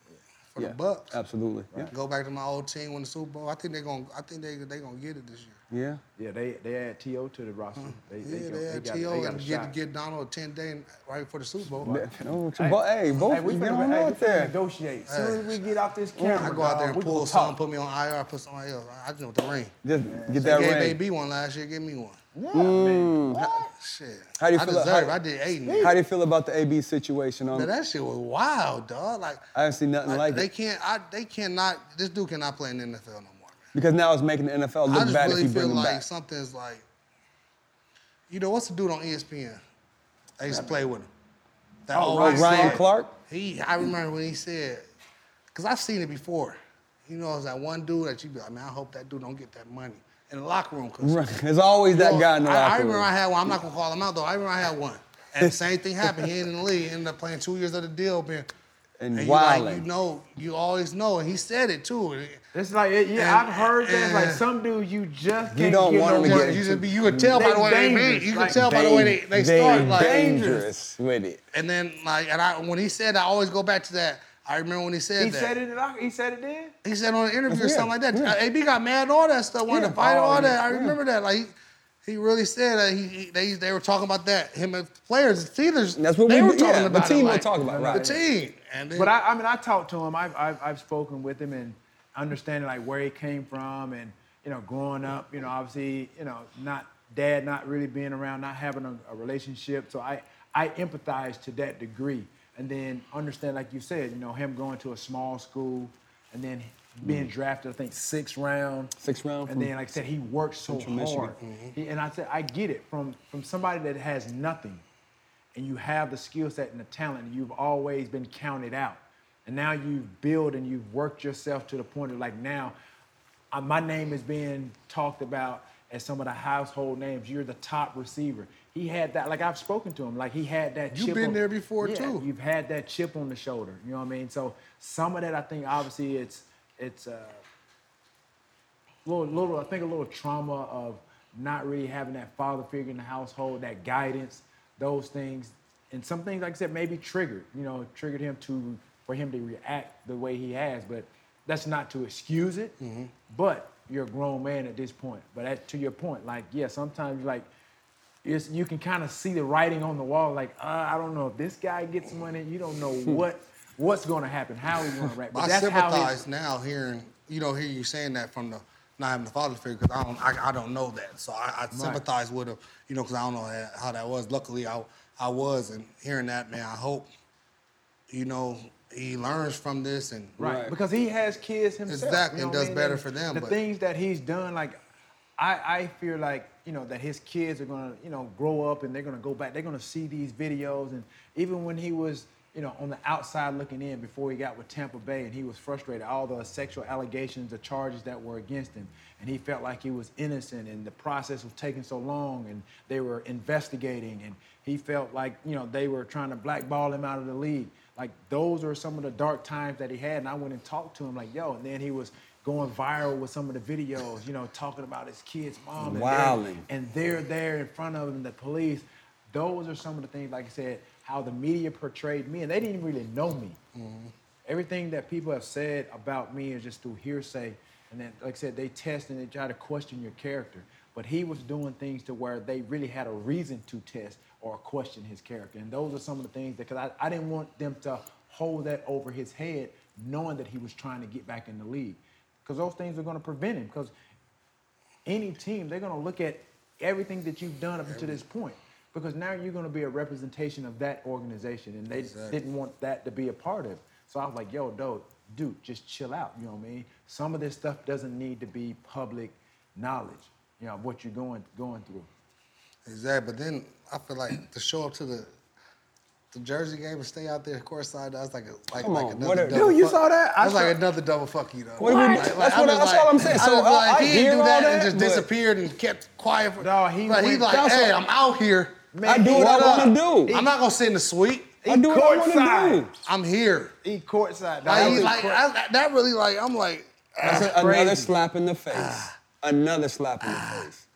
C: for the Bucks?
A: Absolutely. Yeah.
C: Go back to my old team, win the Super Bowl. I think they're gonna. I think they they gonna get it this year.
A: Yeah.
B: yeah, they they add to to the roster. They, they,
C: Mm. Yeah,
B: go-
C: they
B: they
C: had
B: got-
C: T.O.
B: they got
C: and
B: a
C: get,
B: shot.
C: get Donald a 10 day and- right before the Super Bowl.
A: Oh, it's your bo- hey, both
B: Hey, we
A: you
B: finna,
A: get on
B: hey, we
A: out
B: finna
A: there.
B: negotiate. Soon as we get off this camera,
C: I go out there
B: dog,
C: and
B: we
C: pull
B: gonna
C: some,
B: talk.
C: put me on IR, put somebody else. I, I just want the ring.
A: Just get
C: They
A: that
C: gave
A: ring.
C: AB one last year, give me one.
B: Yeah,
A: Mm.
B: man.
C: Shit.
A: How do you
C: I
A: feel- how-
C: deserve it. I did eight.
A: How do you feel about the AB situation? On
C: Now, that shit was wild, dog. Like
A: I haven't seen nothing like
C: they
A: it.
C: can't. I, they cannot. This dude cannot play in the NFL no more. Man.
A: because now it's making the NFL
C: I
A: look
C: just
A: bad
C: really
A: if you bring
C: feel
A: him
C: like
A: back.
C: something's like. You know what's the dude on E ESPN? I used to play with him. That
A: Oh,
C: old
A: Ryan
C: Ryan
A: Clark?
C: He, I remember when he said, because I've seen it before. You know, it's that one dude that you be like, man, I hope that dude don't get that money in the locker room. 'cause-
A: Right. (laughs) There's always that
C: Well,
A: guy in the
C: I- I,
A: locker room.
C: remember I had one. I'm not gonna call him out though. I remember I had one, and the same thing happened. He ain't in the league. Ended up playing two years of the deal, man.
A: And
C: you like,
A: wilding.
C: you know, you always know, and he said it too. And-
B: It's like yeah,
C: And-
B: I've heard that. It's like
C: and-
B: some dudes you just
A: You
B: can't
A: don't
B: get
A: want
B: no
A: them to
B: work.
A: get
C: you just be, you could tell by
B: They
C: the way they
B: dangerous,
C: You could
B: like,
C: tell by the way they, they, start. Like,
A: dangerous with it.
C: And then like, and I when he said, I always go back to that. I remember when he said
B: He
C: that.
B: said it. in the- He said it then.
C: He said on an interview or
A: Yeah,
C: something like that.
A: yeah.
C: Uh, AB got mad and all that stuff, wanted
A: Yeah.
C: to fight and
A: Oh,
C: all that.
A: yeah,
C: I
A: yeah.
C: remember that. Like he, he really said that he, he- they they were talking about that. Him and players, the Steelers,
A: And that's what
C: they
A: we-
C: were talking
A: yeah, the
C: about. it,
A: team we're
C: like,
A: talking about, right.
C: The team. And then,
B: But I, I mean, I talked to him. I've, I've, I've spoken with him and understanding like where he came from and you know growing up. You know, obviously, you know, not dad, not really being around, not having a, a relationship. So I I empathize to that degree, and then understand like you said, you know, him going to a small school and then being drafted. I think sixth round.
A: Sixth round
B: And
A: from
B: then like I said, he worked so
A: Central Michigan.
B: hard. He- and I said, I get it from from somebody that has nothing and you have the skill set and the talent, you've always been counted out. And now you've built and you've worked yourself to the point of like now, uh, my name is being talked about as some of the household names. You're the top receiver. He had that, like I've spoken to him, like he had that
C: You've
B: chip
C: been
B: on-
C: there before,
B: Yeah,
C: too.
B: You've had that chip on the shoulder. You know what I mean? So some of that I think obviously it's it's uh little, little, I think a little trauma of not really having that father figure in the household, that guidance, those things, and some things, like I said, maybe triggered, you know, triggered him to for him to react the way he has. But that's not to excuse it.
C: Mm-hmm.
B: But you're a grown man at this point. But that, to your point, like yeah, sometimes like. It's, you can kind of see the writing on the wall, like uh, I don't know if this guy gets money. You don't
C: (laughs)
B: know what what's going to happen, how he's going to react. But
C: I
B: that's how his-
C: sympathize now hearing you know hear you saying that from the not having the father figure because I don't I, I don't know that so I, I sympathize with him you know because I don't know how, how that was luckily I I was and hearing that man I hope you know he learns from this and
B: Right.
A: Right.
B: Because he has kids himself.
C: Exactly, and
B: what I
C: does
B: mean?
C: better
B: And
C: for them,
B: The
C: but-
B: things that he's done, like, I, I feel like, you know, that his kids are gonna, you know, grow up and they're gonna go back. They're gonna see these videos. And even when he was, you know, on the outside looking in before he got with Tampa Bay, and he was frustrated. All the sexual allegations, the charges that were against him, and he felt like he was innocent, and the process was taking so long, and they were investigating, and he felt like you know they were trying to blackball him out of the league. Like those are some of the dark times that he had, and I went and talked to him like, yo, and then he was going viral with some of the videos, you know, talking about his kid's mom, and they're-
A: Wilding.
B: and they're there in front of him, the police. Those are some of the things, like I said, how the media portrayed me, and they didn't really know me. Everything that people have said about me is just through hearsay, and then, like I said, they test and they try to question your character. But he was doing things to where they really had a reason to test or question his character, and those are some of the things that, because I, I didn't want them to hold that over his head, knowing that he was trying to get back in the league, because those things are going to prevent him. Because any team, they're going to look at everything that you've done up to this point because now you're going to be a representation of that organization and they didn't want that to be a part of. it. So I was like, yo, dude, dude, just chill out, you know what I mean? Some of this stuff doesn't need to be public knowledge, you know, of what you're going going through.
C: Exactly. But then I feel like to show up to the the Jersey game and stay out there courtside, that's like a like,
A: Come
C: like
A: on,
C: another
A: what a-
C: double
A: Dude, you
C: fuck-
A: saw that? I
C: That's like
A: saw-
C: another double fuck you though.
A: What do you mean? That's
C: I
A: what-
C: was
A: that's what I'm saying.
C: I
A: So,
C: was
A: I-
C: like,
A: I
C: he didn't
A: hear
C: do that,
A: all
C: and
A: that,
C: just
A: but-
C: disappeared and kept quiet. For,
B: No, he
C: like, he's
B: went-
C: like,
A: That's
C: hey,
A: what-
C: I'm out here.
A: I do what I
C: What
A: wanna
C: up?
A: do.
C: I'm not gonna sit in the suite.
A: I do what I wanna do.
B: courtside.
C: I'm here.
B: He courtside. dog.
C: Like,
B: That
C: he,
B: was
C: like
B: court-
C: I, that really like I'm like.
A: That's a- another slap in the face.
C: Ah.
A: Another slap in the face.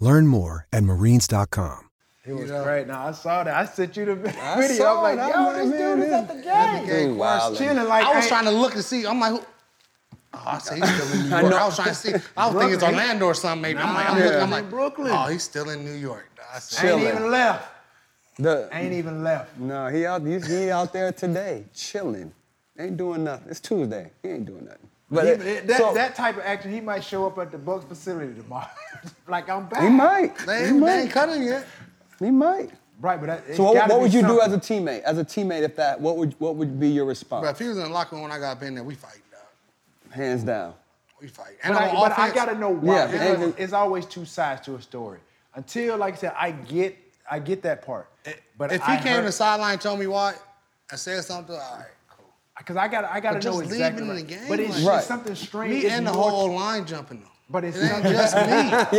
F: Learn more at marines.com.
B: It was great. Now I saw that. I sent you the (laughs) video.
A: I
B: I was
A: saw
B: like,
A: it. I'm
B: yo,
A: like,
B: this
A: man,
B: dude is
A: this-
B: at the game.
A: Dude, wow.
B: Chilling like
C: I was
B: ain't-
C: trying to look and see. I'm like, who? Oh, I see he's still
B: (laughs)
C: in New
A: I
C: York.
A: know.
C: I, was trying to see. I was thinking it's
B: Brooklyn.
C: Orlando or something. Maybe I'm like, I'm
B: Nah,
C: looking.
B: he's
C: I'm
B: in
C: like,
B: Brooklyn.
C: Oh, he's still in New York. I said,
B: ain't
A: Chilling.
B: even left.
A: The-
B: Ain't even left.
A: No, he out he, he out there today, chilling. Ain't doing nothing. It's Tuesday. He ain't doing nothing. But
B: He-
A: it-
B: that,
A: so-
B: that type of action, he might show up at the Bucks facility tomorrow. (laughs) like I'm back.
A: he might.
C: They,
A: he
C: ain't- they ain't
A: might.
C: cutting yet.
A: He might.
B: Right, but that,
A: So what, what would you do as a teammate? As a teammate, if that, what would what would be your response?
C: But if he was in the locker room when I got up in there, we fighting, dog.
A: Hands down.
C: We fighting.
B: But I,
C: on
B: but I
C: offense-
B: gotta know why.
A: Yeah,
B: because
A: and-
B: it's always two sides to a story. Until, like I said, I get, I get that part. But
C: Eh, If he
B: I
C: came to
B: heard,
C: the sideline, and told me why, I said something. All right, cool.
B: because I gotta, I gotta
C: But
B: know
C: just
B: exactly.
C: leaving
B: right.
C: the game,
B: But it's
C: like-
B: just
A: Right.
B: something strange.
C: Me
B: It's
C: and the
B: more-
C: whole line jumping though.
B: But it's
C: it ain't
B: not-
C: just me.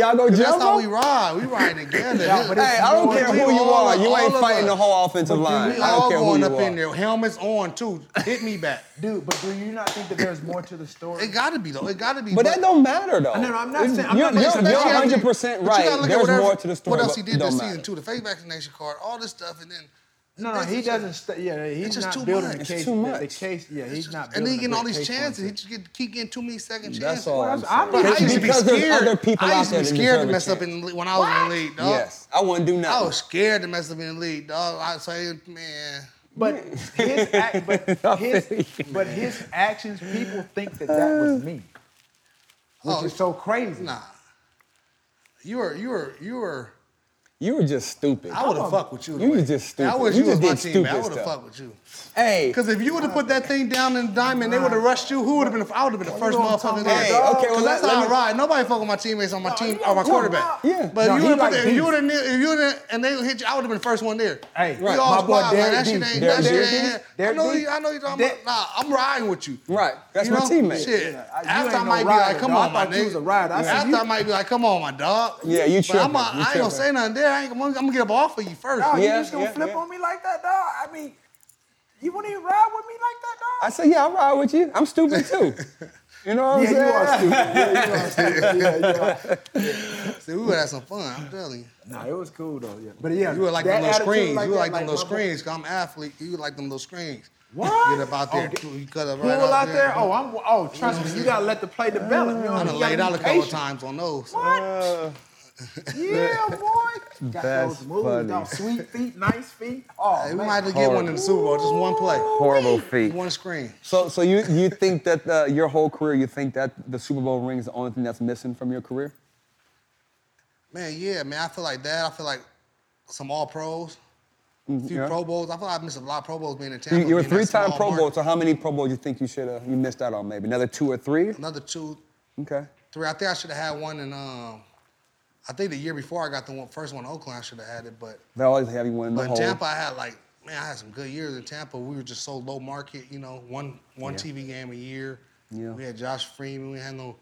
B: (laughs)
A: Y'all go
C: 'Cause That's
A: jump
C: how
A: him?
C: we ride. We ride together.
B: Yeah, but it's
A: Hey, I don't
B: more
A: care
B: than
A: who you
C: all
A: are.
C: of-
A: You
C: all
A: ain't
C: of
A: fighting the
C: us.
A: whole offensive line.
C: We
A: I
C: all
A: don't care who
C: going
A: you
C: up
A: are.
C: in there. Helmets on too. Hit me back.
B: dude. But do you not think that there's more to the story?
C: It gotta be though. It gotta be.
A: But that don't matter though.
B: No, no, I'm not saying- I'm
A: you're
B: not
A: you're,
B: saying that
A: you're
B: you have to-
A: 100
C: but
A: percent
C: you
A: right.
C: gotta look at
A: There's
C: whatever-
A: more to the story.
C: What else
A: but
C: he
A: it
C: did
A: don't
C: this
A: matter.
C: season too? The fake vaccination card, all this stuff, and then.
B: No, no,
C: this
B: he
C: is
B: doesn't.
C: just-
B: St- yeah, he's
C: it's just
B: not
C: too
B: building
C: much.
B: the
C: It's
B: case.
A: too
B: the- The,
A: much.
B: case, yeah, he's not.
C: and
B: building
C: he
B: a
C: getting all
B: good
C: these
B: case for
C: chances. He
B: himself.
C: just get, keep getting too many second chances.
A: That's all. I'm
B: I'm-
A: saying.
B: I'm not-
C: I used to be
A: because there's
C: scared.
A: other people
C: I
A: out
C: used to
A: there
C: be
A: that
C: scared
A: deserve
C: to
A: a
C: mess up
A: chance.
C: in the league when I was in the league, dog.
A: Yes, I wouldn't do
C: I
A: nothing.
C: was scared to mess up in the league, dog. I say, man. (laughs)
B: But his,
A: (laughs)
B: act, but his, but his actions, people think that that was me, which
C: Oh,
B: is so crazy.
C: Nah. You were, you were, you were.
A: you were just stupid.
C: I would have fucked with you.
A: You
C: though.
A: was just stupid.
C: I wish
A: You
C: you, was
A: just
C: my
A: did
C: teammate. I
A: stupid
C: would have
A: stuff.
C: fucked with you.
A: hey,
C: Because if you would have put that thing down in the diamond, they would have rushed you. Who would have been? The, I would have been the first
B: know what I'm talking
C: motherfucker there.
B: about,
A: Hey, dog. okay, well,
C: Because that's
A: let-
C: how
A: let
C: I
A: me-
C: ride. Nobody fuck with my teammates on my team or my quarterback.
A: Yeah.
C: But
B: No,
C: if
B: he
C: you would have
B: like
C: put, if
B: these.
C: you would have, if you would have, and they hit you, I would have been the first one there.
B: Hey,
C: we
B: right.
C: all
B: My boy
C: squad, like,
B: Derek
C: that shit
B: Dees.
C: ain't,
B: Derek
C: that
B: Dees.
C: shit ain't. I
B: Derek
C: know,
B: Dees.
C: you, I know you talking
B: Derek-
C: about. Nah, I'm riding with you.
A: Right. That's
C: You
A: my
C: know?
A: teammate.
C: Shit.
B: Yeah, you
C: After I
B: ain't no
C: might be
B: rider,
C: like, come
B: dog.
C: on,
B: I
C: my
B: thought you
C: nigga.
B: was a rider. I said,
C: After
B: you-
C: I might be like, come on, my dog.
A: Yeah, you
C: But I'm
A: tripping. You
C: a- I ain't
A: tripping.
C: gonna say nothing there. I ain't gonna, I'm gonna get up off of you first.
B: Dog, you
A: Yeah,
B: just gonna
A: yeah,
B: flip
A: yeah.
B: on me like that, dog? I mean, you wouldn't even ride with me like that, dog?
A: I said, yeah, I ride with you. I'm stupid
C: (laughs)
A: too. You know what I'm
B: yeah, you are
A: saying?
B: stupid. Yeah, you are stupid. Yeah, you are.
C: See, we would have some fun. I'm telling you.
B: Nah, it was cool though. Yeah, but yeah,
C: You were like
B: that
C: them little
B: attitude
C: screens. you were
B: that,
C: like them little
B: my boy-
C: screens. i I'm an athlete. You like them little screens.
B: What?
C: Get up out there.
B: Oh,
C: you cut up
B: Pull
C: right
B: out there. Oh, I'm. Oh, trust me, you gotta let the play develop. You know,
C: I
B: what
C: done
B: mean? You
C: laid
B: gotta
C: out a
B: be
C: couple
A: (laughs)
B: patient.
C: times on those.
B: What? Yeah, boy. Got
G: That's
B: those moves,
G: funny.
B: dog. Sweet feet, nice feet. Oh,
C: Hey, we
B: man.
C: might have to get one in the Super Bowl, just one play,
G: Horrible feat.
C: one screen.
A: So, so you, you think that uh, your whole career, you think that the Super Bowl ring is the only thing that's missing from your career?
C: Man, yeah, man, I feel like that. I feel like some All Pros, a few
A: Mm, yeah.
C: Pro Bowls. I feel like I missed a lot of Pro Bowls being in Tampa.
A: You, are a
C: being that
A: three-time
C: small
A: Pro Bowl,
C: market.
A: so how many Pro Bowls you think you should have you missed out on? Maybe another two or three?
C: Another two,
A: Okay.
C: three. I think I should have had one in. Um, I think the year before I got the one, first one in Oakland, I should have had it, but.
A: They always have you winning the
C: But
A: whole.
C: Tampa, I had like, man, I had some good years in Tampa. We were just so low market, you know, one one TV game a year.
A: Yeah.
C: We had Josh Freeman. We had no,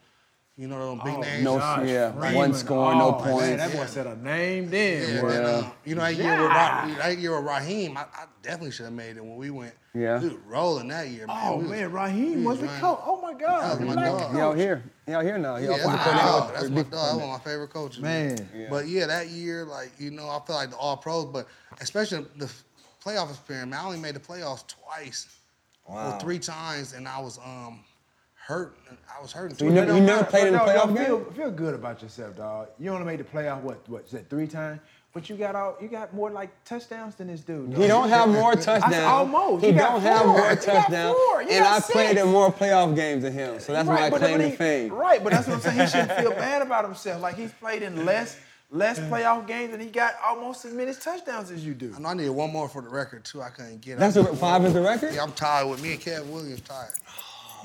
C: you know, no big
B: Oh,
C: names.
A: No,
B: Josh
A: yeah,
B: Freeman.
A: one score, no
B: Oh, man,
A: points.
B: that boy said a name then.
C: Yeah,
B: boy.
C: man, uh, you know, that year, with
B: Yeah.
C: Ra- that year with Raheem, I, I definitely should have made it when we went.
A: Yeah.
C: We was rolling that year, man.
B: Oh
C: We was-
B: man, Raheem
C: we
B: was the
C: running.
B: coach. Oh my God,
C: That was my
B: Black
C: dog.
A: He out here. He out here now. He
C: Yeah,
A: offensive
C: that's my
A: coordinator
C: dog.
A: with-
C: That's my dog. That's one of my favorite coaches.
B: Man.
C: But yeah, that year, like, you know, I feel like the all pros, but especially the playoff experience, man, I only made the playoffs twice. Wow. Well, three times, and I was um hurt. I was hurting.
A: you
C: too.
A: never, you never played in the
B: Dog,
A: playoff
B: dog,
A: game.
B: feel, feel good about yourself, dog. You only made the playoff what what is that three times? But you got all you got more like touchdowns than this dude. dog.
A: He don't have more touchdowns.
B: almost.
A: He
B: You got
A: don't have
B: four.
A: more
B: You got
A: touchdowns.
B: four. You
A: And
B: got
A: I played
B: six.
A: in more playoff games than him, so that's
B: Right,
A: my
B: but
A: claim
B: what
A: to
B: he-
A: fame.
B: Right, but that's what I'm saying. He shouldn't
A: (laughs)
B: feel bad about himself. Like he's played in less less playoff games and he got almost as many touchdowns as you do.
C: I know I needed one more for the record too. I couldn't get. it.
A: That's a five is the record.
C: Yeah, I'm tired with me and Kev Williams tired.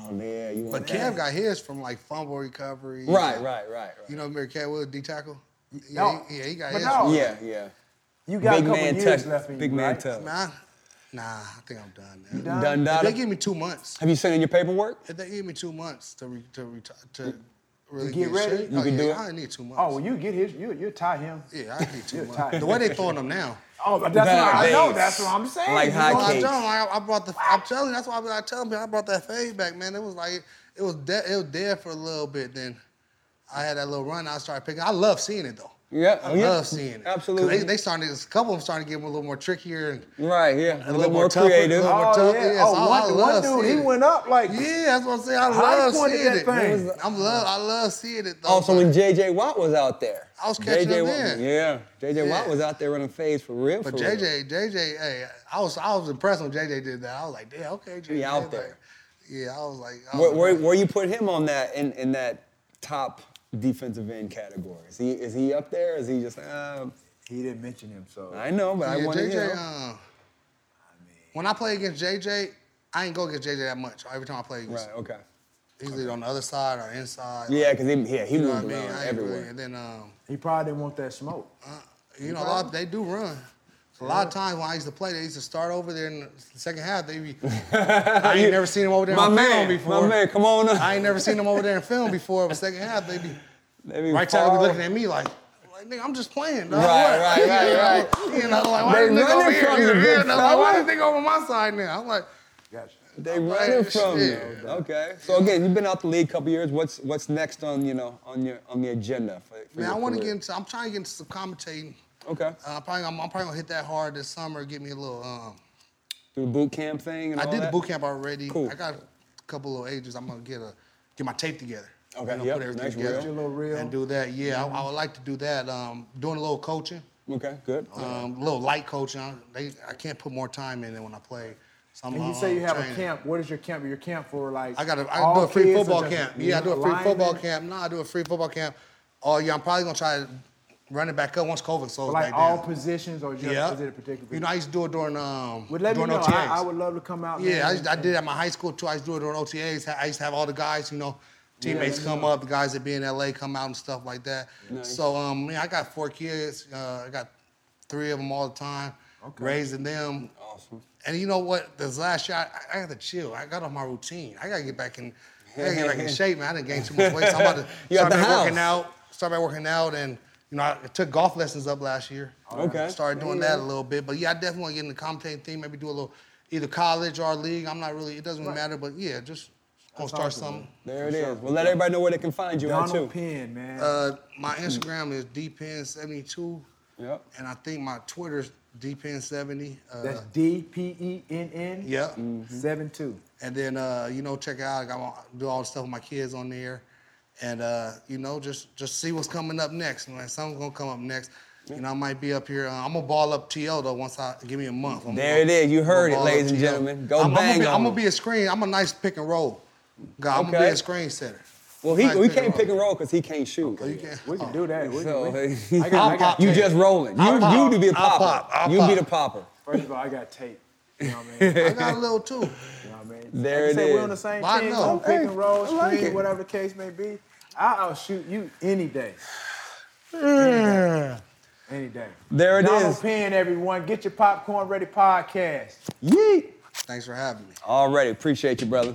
A: Oh man, you want
C: But
A: that.
C: Kev got his from like fumble recovery.
A: Right, right, right,
C: You
A: right.
C: know, remember Kev Williams D tackle? Yeah,
B: No.
C: he, yeah, he got
B: But
C: his.
B: no.
C: from-
A: Yeah, yeah.
B: You got
A: Big
B: a couple
A: man
B: years
A: touch.
B: left in you,
A: Big man
B: right?
A: touch.
C: Man, nah, I think I'm done. now.
A: Done,
C: If
A: done.
C: they give me two months.
A: Have you sent in your paperwork?
C: If they give me two months to re, to retire to really
B: get ready?
C: Shape,
A: You
C: oh,
A: can
C: yeah,
A: do it?
C: I need two months.
B: Oh, well, you get his. You you tie him.
C: yeah, I need two
B: You're
C: months.
B: tired.
C: The way they throwing
A: (laughs)
C: them now.
B: Oh, but that's what I
A: Nowadays.
B: know. That's what I'm saying.
A: Like
B: You
A: high
C: No,
B: know,
C: I
A: case.
C: tell 'em, I, I brought the. I'm telling you, that's why I, be like telling people I brought that fade back, man. It was like it was dead. It was dead for a little bit. Then I had that little run. I started picking. I love seeing it though.
A: Yeah,
C: I
A: oh, yeah.
C: love seeing it. 'Cause
A: Absolutely.
C: They, they starting. to- A couple of them starting to get a little more trickier and
A: Right, yeah.
C: a little more tougher,
A: creative.
C: a little more
B: Oh,
C: tough,
B: yeah.
C: yes,
B: Oh,
C: I- I
B: one, one
C: love
B: dude,
C: seeing
B: he
C: it.
B: went up like.
C: Yeah, that's what I'm saying. I
B: High
C: love
B: pointed
C: seeing
B: that
C: it.
B: thing.
C: I'm love. I love seeing it though.
A: Also,
C: but-
A: when J.J. Watt was out there.
C: I was catching
A: J.J.
C: him
A: Watt,
C: then.
A: Yeah, J.J. Watt
C: Yeah.
A: was out there running phase for real.
C: But
A: for real.
C: JJ, JJ, hey, I was I was impressed when JJ did that. I was like, damn, okay, JJ.
A: He out
C: like-
A: there.
C: yeah, I was like, I
A: Where,
C: was
A: where,
C: like,
A: where you put him on that in, in that top defensive end category? Is he is he up there? Is he just um,
B: He didn't mention him, so.
A: I know, but I
C: yeah,
A: want to
C: JJ.
A: hear.
C: Um, when I play against JJ, I ain't go against JJ that much. Every time I play against,
A: right, okay.
C: he's either on the other side or inside.
A: Yeah, because he yeah he
C: you know
A: moved
C: what I
A: around
C: mean. I ain't
A: everywhere.
C: Really, and then um,
B: He probably didn't want that smoke.
C: you know, a lot they do run. So a lot of times when I used to play, they used to start over there in the second half. They
A: (laughs)
C: be, I ain't
A: You-
C: never seen him over there
A: my
C: on
A: man,
C: film before.
A: My man, come on up.
C: I ain't never seen him over there in film before. But second half, they be.
A: They be
C: Right time,
A: far-
C: be looking at me like, like nigga, I'm just playing. Dog.
A: Right, right,
C: you
A: right,
C: know? (laughs) You know, like why
A: They
C: this nigga over
A: running
C: here?
A: from you,
C: Yeah,
A: big
C: yeah, they're like, why
A: fella.
C: this nigga over my side now? I'm like,
B: Gotcha.
A: They running
C: Right,
A: from you.
C: shit.
A: Okay. So again, you've been out the league a couple years. What's what's next on you know on your on the agenda for, for
C: man,
A: your
C: I want to
A: career?
C: get into. I'm trying to get into some commentating.
A: okay
C: Uh, probably, I'm, I'm probably gonna hit that hard this summer. Get me a little. Um,
A: through the boot camp thing. And
C: I
A: all
C: did the
A: that?
C: boot camp already.
A: Cool.
C: I got a couple little ages. I'm gonna get a get my tape together.
A: Okay,
C: I'm gonna
A: yep,
C: put everything
A: nice
C: together
A: reel. Mm-hmm. Get
B: your little reel.
C: and do that. Yeah, I, I would like to do that. Um, doing a little coaching.
A: Okay. Good.
C: Um, a little light coaching. I, they, I can't put more time in than when I play. So I'm,
B: And you
C: uh,
B: say you have
C: training.
B: a camp. What is your camp? Your camp for like.
C: I got a, I
B: all
C: do a free
B: kids or
C: football
B: just
C: camp. Yeah, I do a free
B: linemen?
C: football camp. No, I do a free football camp all year. I'm probably gonna try to run it back up once COVID slows
B: For like
C: back
B: all
C: down.
B: positions or just
C: yeah.
B: is it a particular?
C: You know, I used to do it during um
B: Would let me
C: during
B: know.
C: OTAs.
B: I, I would love to come out.
C: yeah, I,
B: man,
C: used, I did it at my high school too. I used to do it during OTAs. I used to have all the guys, you know, teammates
B: let me
C: come up, the guys that be in LA come out and stuff like that. So um, yeah, I got four kids. Uh, I got three of them all the time, raising them. Awesome. And you know what? This last year, I, I got to chill. I got on my routine. I got to get back in. I got to get back in shape, man. I didn't gain too much weight. So I'm about to
A: You at
C: start
A: the
C: back
A: house.
C: working out. Start by working out, and you know, I took golf lessons up last year.
A: Okay.
C: Started doing that a little bit, but yeah, I definitely want to get in the commentating thing. Maybe do a little, either college or league. I'm not really. It doesn't matter, but yeah, just gonna start something.
A: There it is. Well, let everybody know where they can find you at too.
B: Donald Penn, man.
C: Uh, my Instagram is dpen72,
A: Yep.
C: and I think my Twitter's dpen70. Uh,
B: That's D P E N N.
C: yeah.
B: Seven two.
C: And then uh, you know, check it out. I got my, do all the stuff with my kids on there. and uh, you know, just just see what's coming up next. And like, something's gonna come up next. You know, I might be up here. Uh, I'm gonna ball up TO though. Once I give me a month. I'm
G: There it is. You heard it, ladies and gentlemen. Go
C: I'm,
G: bang
C: I'm gonna, be,
G: on
C: I'm
G: him.
C: gonna be a screen. I'm a nice pick and roll guy. I'm gonna be
G: Okay.
C: a screen setter.
G: Well, he,
C: Nice
G: we
C: pick and
G: can't pick
C: roll.
G: and roll because he can't shoot.
C: So Oh, you can't.
B: We can do that. We can-
C: (laughs)
G: So,
B: we-
A: (laughs)
G: I
B: got- I got
G: you
B: tape.
G: just rolling. You,
C: I'll pop.
G: you to be the
C: I'll
G: popper.
C: pop. I'll
G: you be
C: pop.
G: the popper.
B: First of all, I got tape. You know what I mean?
C: I
G: (laughs)
C: got a little too.
B: You know what I mean?
G: There it
B: like you said,
G: is.
B: We're on the same
C: Why
B: team.
C: not?
B: on Pick and roll,
G: I
B: screen,
G: like it.
B: whatever the case may be. I outshoot you any day.
C: Mm.
B: Any day.
G: There it
B: Donald
G: is.
B: Penn, everyone. Get your popcorn ready podcast.
G: Yeet.
C: Thanks for having me.
G: Already appreciate you, brother.